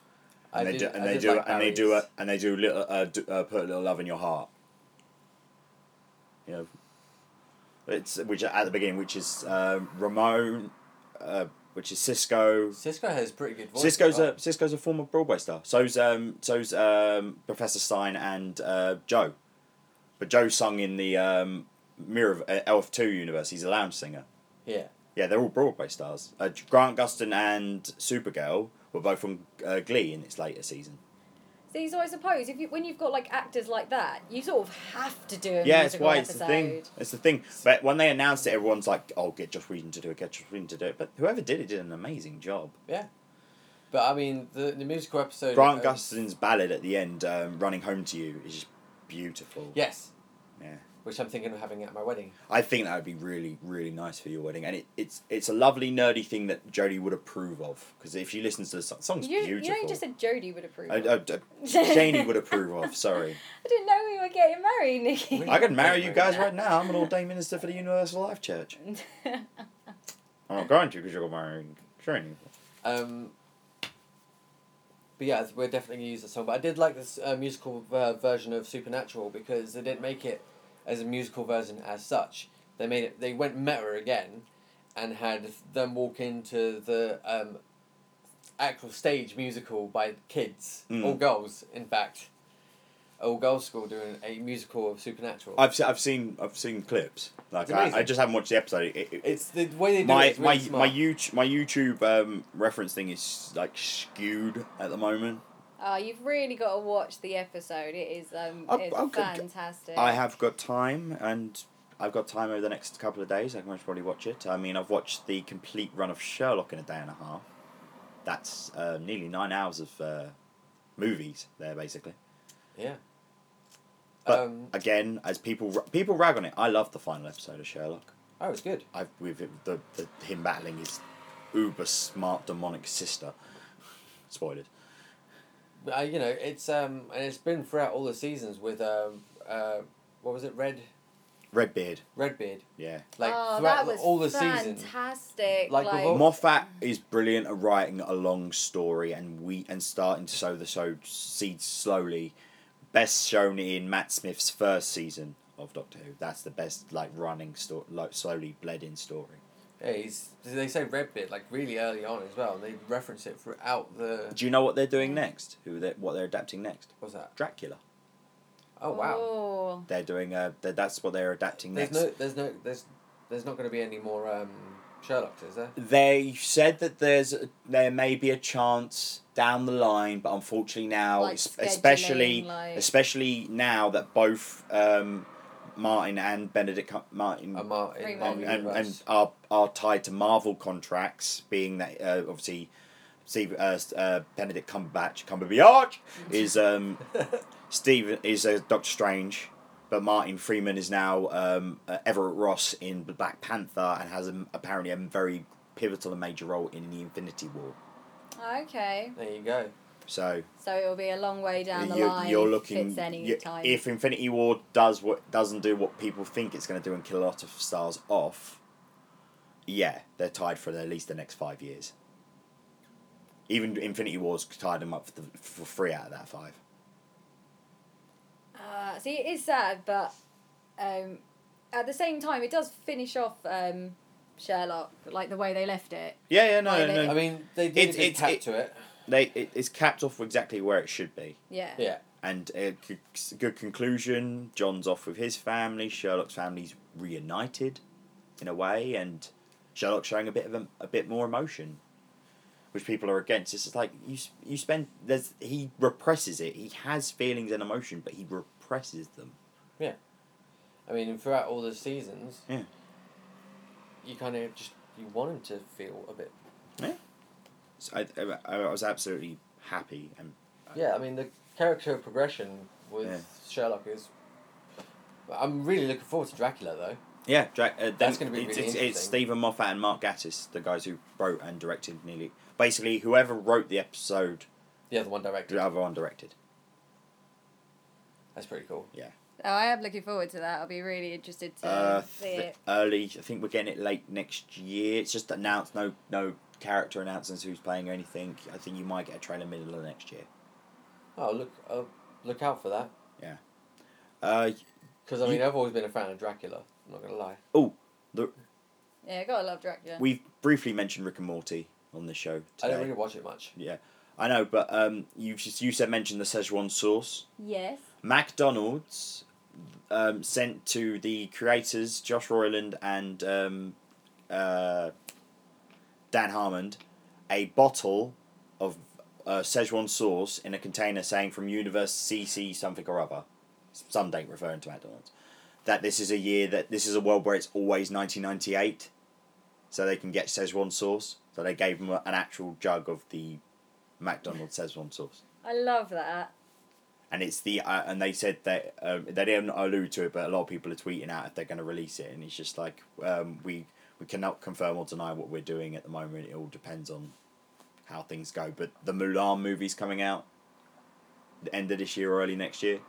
[SPEAKER 3] I
[SPEAKER 1] and they
[SPEAKER 3] did,
[SPEAKER 1] do, and
[SPEAKER 3] I
[SPEAKER 1] they
[SPEAKER 3] did
[SPEAKER 1] do,
[SPEAKER 3] like
[SPEAKER 1] and they do,
[SPEAKER 3] Barry's.
[SPEAKER 1] a, and they do little, uh, do, uh, put a little love in your heart. You know, it's which at the beginning, which is uh, Ramon, uh, which is Cisco.
[SPEAKER 3] Cisco has pretty good voice.
[SPEAKER 1] Cisco's
[SPEAKER 3] right?
[SPEAKER 1] a Cisco's a former Broadway star. So's um so's um Professor Stein and uh, Joe, but Joe sung in the um, Mirror of uh, Elf Two universe. He's a lounge singer.
[SPEAKER 3] Yeah.
[SPEAKER 1] Yeah, they're all Broadway stars. Uh, Grant Gustin and Supergirl were both from uh, Glee in its later season.
[SPEAKER 2] See, so I suppose if you when you've got like actors like that, you sort of have to do a
[SPEAKER 1] yeah, it's
[SPEAKER 2] musical
[SPEAKER 1] why it's
[SPEAKER 2] episode.
[SPEAKER 1] the thing. It's the thing. But when they announced it, everyone's like, "Oh, get Josh Whedon to do it. Get Josh Whedon to do it." But whoever did it did an amazing job.
[SPEAKER 3] But I mean, the, the musical episode.
[SPEAKER 1] Grant
[SPEAKER 3] um,
[SPEAKER 1] Gustin's ballad at the end, um, "Running Home to You," is just beautiful.
[SPEAKER 3] Yes.
[SPEAKER 1] Yeah.
[SPEAKER 3] Which I'm thinking of having at my wedding.
[SPEAKER 1] I think that would be really, really nice for your wedding, and it, it's it's a lovely nerdy thing that Jodie would approve of because if you listen to the song, the song's
[SPEAKER 2] You, you
[SPEAKER 1] beautiful.
[SPEAKER 2] know, you just said Jodie would approve.
[SPEAKER 1] I,
[SPEAKER 2] of.
[SPEAKER 1] I, I- Janie would approve of. Sorry,
[SPEAKER 2] I didn't know we were getting married, Nikki.
[SPEAKER 1] I could marry you guys right now. I'm an all-day minister for the Universal Life Church. I'm not going to because you're marrying Janie.
[SPEAKER 3] Um, but yeah, we're definitely going to use the song. But I did like this uh, musical uh, version of Supernatural because they didn't make it as a musical version as such. They made it. They went meta again, and had them walk into the um, actual stage musical by kids,
[SPEAKER 1] Mm.
[SPEAKER 3] all girls, in fact, all girls school doing a musical of Supernatural.
[SPEAKER 1] I've se- I've seen I've seen clips. Like
[SPEAKER 3] It's
[SPEAKER 1] I, I
[SPEAKER 3] amazing.
[SPEAKER 1] just haven't watched the episode. It, it,
[SPEAKER 3] it's the way they do it.
[SPEAKER 1] my
[SPEAKER 3] It's
[SPEAKER 1] my
[SPEAKER 3] really
[SPEAKER 1] my
[SPEAKER 3] smart.
[SPEAKER 1] YouTube my YouTube um, reference thing is like skewed at the moment.
[SPEAKER 2] Oh, you've really got to watch the episode. It is um,
[SPEAKER 1] I'll-
[SPEAKER 2] it's
[SPEAKER 1] I'll go-
[SPEAKER 2] fantastic.
[SPEAKER 1] I have got time, and I've got time over the next couple of days. I can most probably watch it. I mean, I've watched the complete run of Sherlock in a day and a half. That's uh, nearly nine hours of uh, movies there, basically.
[SPEAKER 3] yeah.
[SPEAKER 1] But
[SPEAKER 3] um,
[SPEAKER 1] again, as people ra- people rag on it, I love the final episode of Sherlock.
[SPEAKER 3] oh, it's good.
[SPEAKER 1] I've with it- the, the him battling his uber smart demonic sister. Spoilers.
[SPEAKER 3] uh, you know, it's um, and it's been throughout all the seasons with um, uh, what was it, Red,
[SPEAKER 1] Redbeard,
[SPEAKER 3] Redbeard,
[SPEAKER 1] yeah.
[SPEAKER 3] like
[SPEAKER 2] oh,
[SPEAKER 3] throughout
[SPEAKER 2] that
[SPEAKER 3] the-
[SPEAKER 2] was
[SPEAKER 3] all the
[SPEAKER 2] fantastic.
[SPEAKER 3] seasons. Like,
[SPEAKER 2] Like,
[SPEAKER 3] with all-
[SPEAKER 1] Moffat is brilliant at writing a long story and we and starting to sow the so seeds slowly. Best shown in Matt Smith's first season of Doctor Who. That's the best like running story, like slowly bled in story.
[SPEAKER 3] Yeah, he's, they say Redbeard like really early on as well. and They reference it throughout the.
[SPEAKER 1] Do you know what they're doing next? Who they what they're adapting next?
[SPEAKER 3] What's that?
[SPEAKER 1] Dracula.
[SPEAKER 3] Oh wow!
[SPEAKER 2] Oh.
[SPEAKER 1] They're doing uh th- that's what they're adapting
[SPEAKER 3] There's
[SPEAKER 1] next.
[SPEAKER 3] no, there's no, there's, there's not going to be any more um, Sherlock, is there?
[SPEAKER 1] They said that there's there may be a chance down the line, but unfortunately now,
[SPEAKER 2] Like
[SPEAKER 1] es- especially
[SPEAKER 2] scheduling, like-
[SPEAKER 1] especially now that both um, Martin and Benedict Cum- Martin
[SPEAKER 3] A Martin
[SPEAKER 2] Three
[SPEAKER 1] and,
[SPEAKER 2] Martin
[SPEAKER 1] and, and
[SPEAKER 3] universe.
[SPEAKER 1] are are tied to Marvel contracts, being that uh, obviously. Steve, uh, s- uh, Benedict Cumberbatch, Cumberbatch is um, Steve is uh, Doctor Strange, but Martin Freeman is now um, uh, Everett Ross in Black Panther and has a, apparently a very pivotal and major role in the Infinity War.
[SPEAKER 2] Okay.
[SPEAKER 3] there you go.
[SPEAKER 1] So
[SPEAKER 2] So it'll be a long way down the
[SPEAKER 1] you,
[SPEAKER 2] line.
[SPEAKER 1] you're
[SPEAKER 2] if
[SPEAKER 1] looking
[SPEAKER 2] It's any
[SPEAKER 1] you-
[SPEAKER 2] time.
[SPEAKER 1] if Infinity War does what doesn't do what people think it's going to do and kill a lot of stars off. Yeah, they're tied for at least the next five years. Even Infinity War's tied them up for, the, for three out of that five.
[SPEAKER 2] Uh, see, it is sad, but um, at the same time, it does finish off um, Sherlock like the way they left it.
[SPEAKER 1] Yeah, yeah, no,
[SPEAKER 2] Like
[SPEAKER 1] no.
[SPEAKER 2] they-
[SPEAKER 3] I mean, they did
[SPEAKER 1] It's-
[SPEAKER 3] a good
[SPEAKER 1] it's-
[SPEAKER 3] tap
[SPEAKER 1] it-
[SPEAKER 3] to it.
[SPEAKER 1] they it, it's capped off exactly where it should be
[SPEAKER 2] Yeah.
[SPEAKER 3] Yeah,
[SPEAKER 1] and a g- good conclusion john's off with his family sherlock's family's reunited in a way and Sherlock showing a bit of a, a bit more emotion, which people are against. It's just like you s- you spend there's he represses it. He has feelings and emotion, but he represses them.
[SPEAKER 3] I mean, throughout all the seasons,
[SPEAKER 1] Yeah.
[SPEAKER 3] you kind of just you want him to feel a bit.
[SPEAKER 1] So I, I, I was absolutely happy and
[SPEAKER 3] Yeah, I mean the character progression with
[SPEAKER 1] Yeah.
[SPEAKER 3] Sherlock is. I'm really looking forward to Dracula though.
[SPEAKER 1] yeah. Jack, uh,
[SPEAKER 3] That's
[SPEAKER 1] then
[SPEAKER 3] gonna be
[SPEAKER 1] it's,
[SPEAKER 3] really
[SPEAKER 1] it's, it's
[SPEAKER 3] interesting.
[SPEAKER 1] Stephen Moffat and Mark Gatiss, the guys who wrote and directed nearly basically whoever wrote the episode,
[SPEAKER 3] The other one directed.
[SPEAKER 1] the other one directed.
[SPEAKER 3] That's pretty cool.
[SPEAKER 2] Oh, I am looking forward to that. I'll be really interested to
[SPEAKER 1] uh,
[SPEAKER 2] see
[SPEAKER 1] th-
[SPEAKER 2] it.
[SPEAKER 1] early. I think we're getting it late next year. It's just announced. No, no character announcements. Who's playing or anything. I think you might get a trailer middle of next year.
[SPEAKER 3] Oh look, uh, look out for that.
[SPEAKER 1] Uh,
[SPEAKER 3] Because I mean,
[SPEAKER 1] You-
[SPEAKER 3] I've always been a fan of Dracula. I'm not gonna lie.
[SPEAKER 2] Yeah, gotta love Dracula.
[SPEAKER 1] we've briefly mentioned Rick and Morty on the show
[SPEAKER 3] I
[SPEAKER 1] today. I,
[SPEAKER 3] don't really watch it much.
[SPEAKER 1] know, but um, you just you said mentioned the Szechuan sauce.
[SPEAKER 2] yes.
[SPEAKER 1] McDonald's um, sent to the creators Josh Roiland and um, uh, Dan Harmon a bottle of uh, Szechuan sauce in a container saying from Universe CC something or other, some date referring to McDonald's, that this is a year that this is a world where it's always 1998, so they can get Szechuan sauce. So they gave them an actual jug of the McDonald's Szechuan sauce
[SPEAKER 2] I love that.
[SPEAKER 1] and it's the uh, and they said that um, they didn't allude to it, but a lot of people are tweeting out if they're going to release it, and it's just like um, we we cannot confirm or deny what we're doing at the moment. It all depends on how things go. But the Mulan movie's coming out the end of this year or early next year.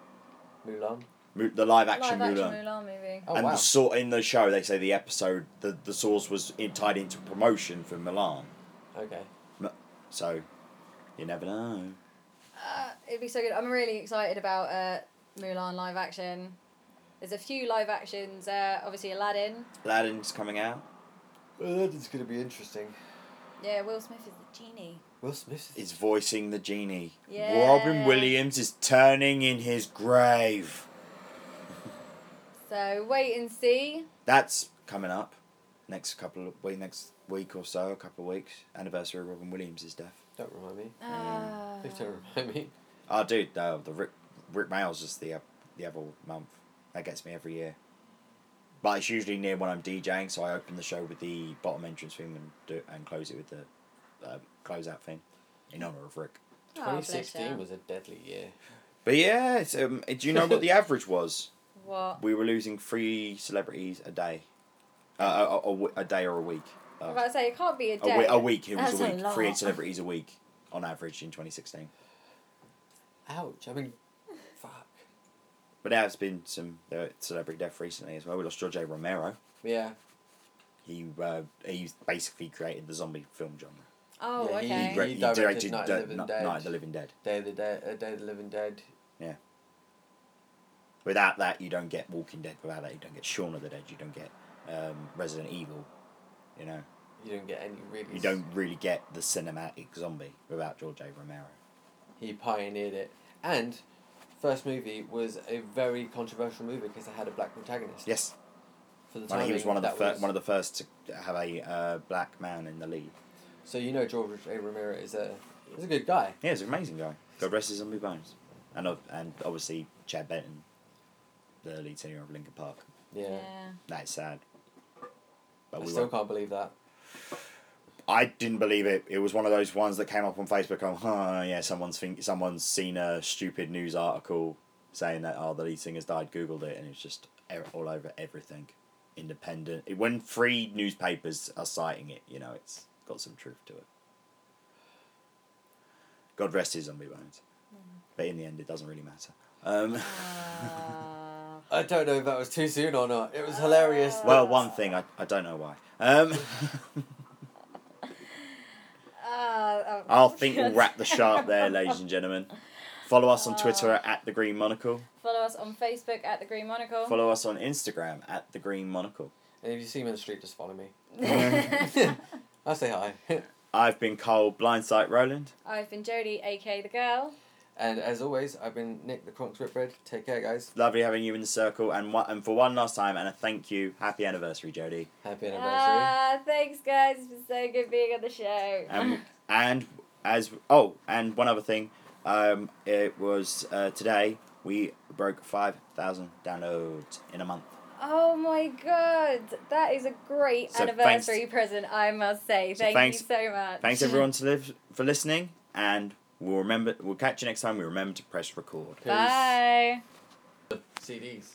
[SPEAKER 3] Mulan.
[SPEAKER 1] Mu- The live action
[SPEAKER 2] Live action
[SPEAKER 1] Mulan.
[SPEAKER 2] Mulan movie.
[SPEAKER 3] Oh
[SPEAKER 1] and
[SPEAKER 3] wow.
[SPEAKER 1] the saw in the show, they say the episode the the source was in, tied into promotion for Milan.
[SPEAKER 3] Okay.
[SPEAKER 1] So you never know.
[SPEAKER 2] Uh, it'd be so good. I'm really excited about uh, Mulan live action. There's a few live actions. Uh, obviously, Aladdin.
[SPEAKER 1] Aladdin's coming out.
[SPEAKER 3] Well, that is gonna be interesting.
[SPEAKER 2] Yeah, Will Smith is the genie.
[SPEAKER 3] Will Smith.
[SPEAKER 1] is voicing the genie.
[SPEAKER 2] Yeah.
[SPEAKER 1] Robin Williams is turning in his grave.
[SPEAKER 2] So wait and see.
[SPEAKER 1] That's coming up next couple of week, next week or so, a couple of weeks. Anniversary of Robin Williams' death.
[SPEAKER 3] Don't remind me.
[SPEAKER 2] Uh,
[SPEAKER 3] Please don't remind me.
[SPEAKER 1] Oh, dude, uh, the Rick Rick Mails is the uh, the other month. That gets me every year. But it's usually near when I'm DJing, so I open the show with the bottom entrance thing and do and close it with the uh, close out thing, in honor of Rick.
[SPEAKER 2] oh,
[SPEAKER 3] Twenty
[SPEAKER 2] bless
[SPEAKER 3] sixteen
[SPEAKER 2] her.
[SPEAKER 3] was a deadly year.
[SPEAKER 1] But yeah, it's, um, do you know what the average was?
[SPEAKER 2] What?
[SPEAKER 1] we were losing three celebrities a day, uh, a, a, a w- a day or a week.
[SPEAKER 2] I
[SPEAKER 1] Uh,
[SPEAKER 2] was about to say it can't be a
[SPEAKER 1] a,
[SPEAKER 2] day.
[SPEAKER 1] we- a week. It was
[SPEAKER 2] That's
[SPEAKER 1] a
[SPEAKER 2] a
[SPEAKER 1] week. Three
[SPEAKER 2] lot.
[SPEAKER 1] celebrities a week on average in twenty sixteen.
[SPEAKER 3] Ouch. I mean, fuck.
[SPEAKER 1] But there has been some uh, celebrity death recently as well. We lost George A. Romero.
[SPEAKER 3] Yeah.
[SPEAKER 1] He uh, he basically created the zombie film genre.
[SPEAKER 2] Oh,
[SPEAKER 3] Yeah, he-
[SPEAKER 1] re-
[SPEAKER 2] okay.
[SPEAKER 3] directed Night of the
[SPEAKER 1] uh,
[SPEAKER 3] Living
[SPEAKER 1] Ni-
[SPEAKER 3] Dead.
[SPEAKER 1] Night of the Living Dead.
[SPEAKER 3] Day of the Dead. Uh, Day of the Living Dead.
[SPEAKER 1] Without that, you don't get Walking Dead. Without that, you don't get Shaun of the Dead. You don't get um, Resident Evil. You know,
[SPEAKER 3] You don't get any really.
[SPEAKER 1] you don't really get the cinematic zombie without George A. Romero.
[SPEAKER 3] He pioneered it, and first movie was a very controversial movie because it had a black protagonist.
[SPEAKER 1] Yes.
[SPEAKER 3] For the
[SPEAKER 1] Well,
[SPEAKER 3] time
[SPEAKER 1] he was one of the fir-
[SPEAKER 3] was,
[SPEAKER 1] one of the first to have a uh, black man in the lead.
[SPEAKER 3] So you know George A. Romero is a is a good guy.
[SPEAKER 1] Yeah, he's an amazing guy. God rest his zombie bones. And ob- and obviously Chad Benton, the lead singer of Linkin Park.
[SPEAKER 3] Yeah.
[SPEAKER 2] Yeah.
[SPEAKER 1] That is sad. But
[SPEAKER 3] I
[SPEAKER 1] Uh, we
[SPEAKER 3] still
[SPEAKER 1] won't-
[SPEAKER 3] can't believe that.
[SPEAKER 1] I didn't believe it. It was one of those ones that came up on Facebook. Oh, huh, yeah, someone's think someone's seen a stupid news article saying that oh the lead singer's died. Googled it and it's just e- all over everything. Independent. When free newspapers are citing it, you know it's got some truth to it. God rest his zombie bones. But in the end, it doesn't really matter. Um,
[SPEAKER 2] Uh,
[SPEAKER 3] I don't know if that was too soon or not. It was hilarious. that-
[SPEAKER 1] well, one thing I, I don't know why. Um,
[SPEAKER 2] uh,
[SPEAKER 1] I'll think we'll wrap the show up there, ladies and gentlemen. Follow us on Twitter at the Green Monocle.
[SPEAKER 2] Follow us on Facebook at the Green Monocle.
[SPEAKER 1] Follow us on Instagram at the Green Monocle.
[SPEAKER 3] And if you see me in the street, just follow me. I say hi.
[SPEAKER 1] I've been Cole Blindsight Roland,
[SPEAKER 2] I've been Jodie, aka the girl.
[SPEAKER 3] And as always, I've been Nick the Cronk Ripbread. Take care, guys.
[SPEAKER 1] Lovely having you in the circle, and one, and for one last time, and a thank you. Happy anniversary, Jodie.
[SPEAKER 3] Happy anniversary.
[SPEAKER 2] Ah, thanks guys, it's so good being on the show.
[SPEAKER 1] And and as oh, and one other thing, um, it was uh, today we broke five thousand downloads in a month.
[SPEAKER 2] oh my god, that is a great
[SPEAKER 1] So
[SPEAKER 2] anniversary present, I must say.
[SPEAKER 1] So
[SPEAKER 2] Thank
[SPEAKER 1] thanks-
[SPEAKER 2] you so much.
[SPEAKER 1] Thanks everyone to live for listening, and we'll remember. We'll catch you next time. We remember to press record.
[SPEAKER 3] Peace.
[SPEAKER 2] Bye.
[SPEAKER 3] CDs.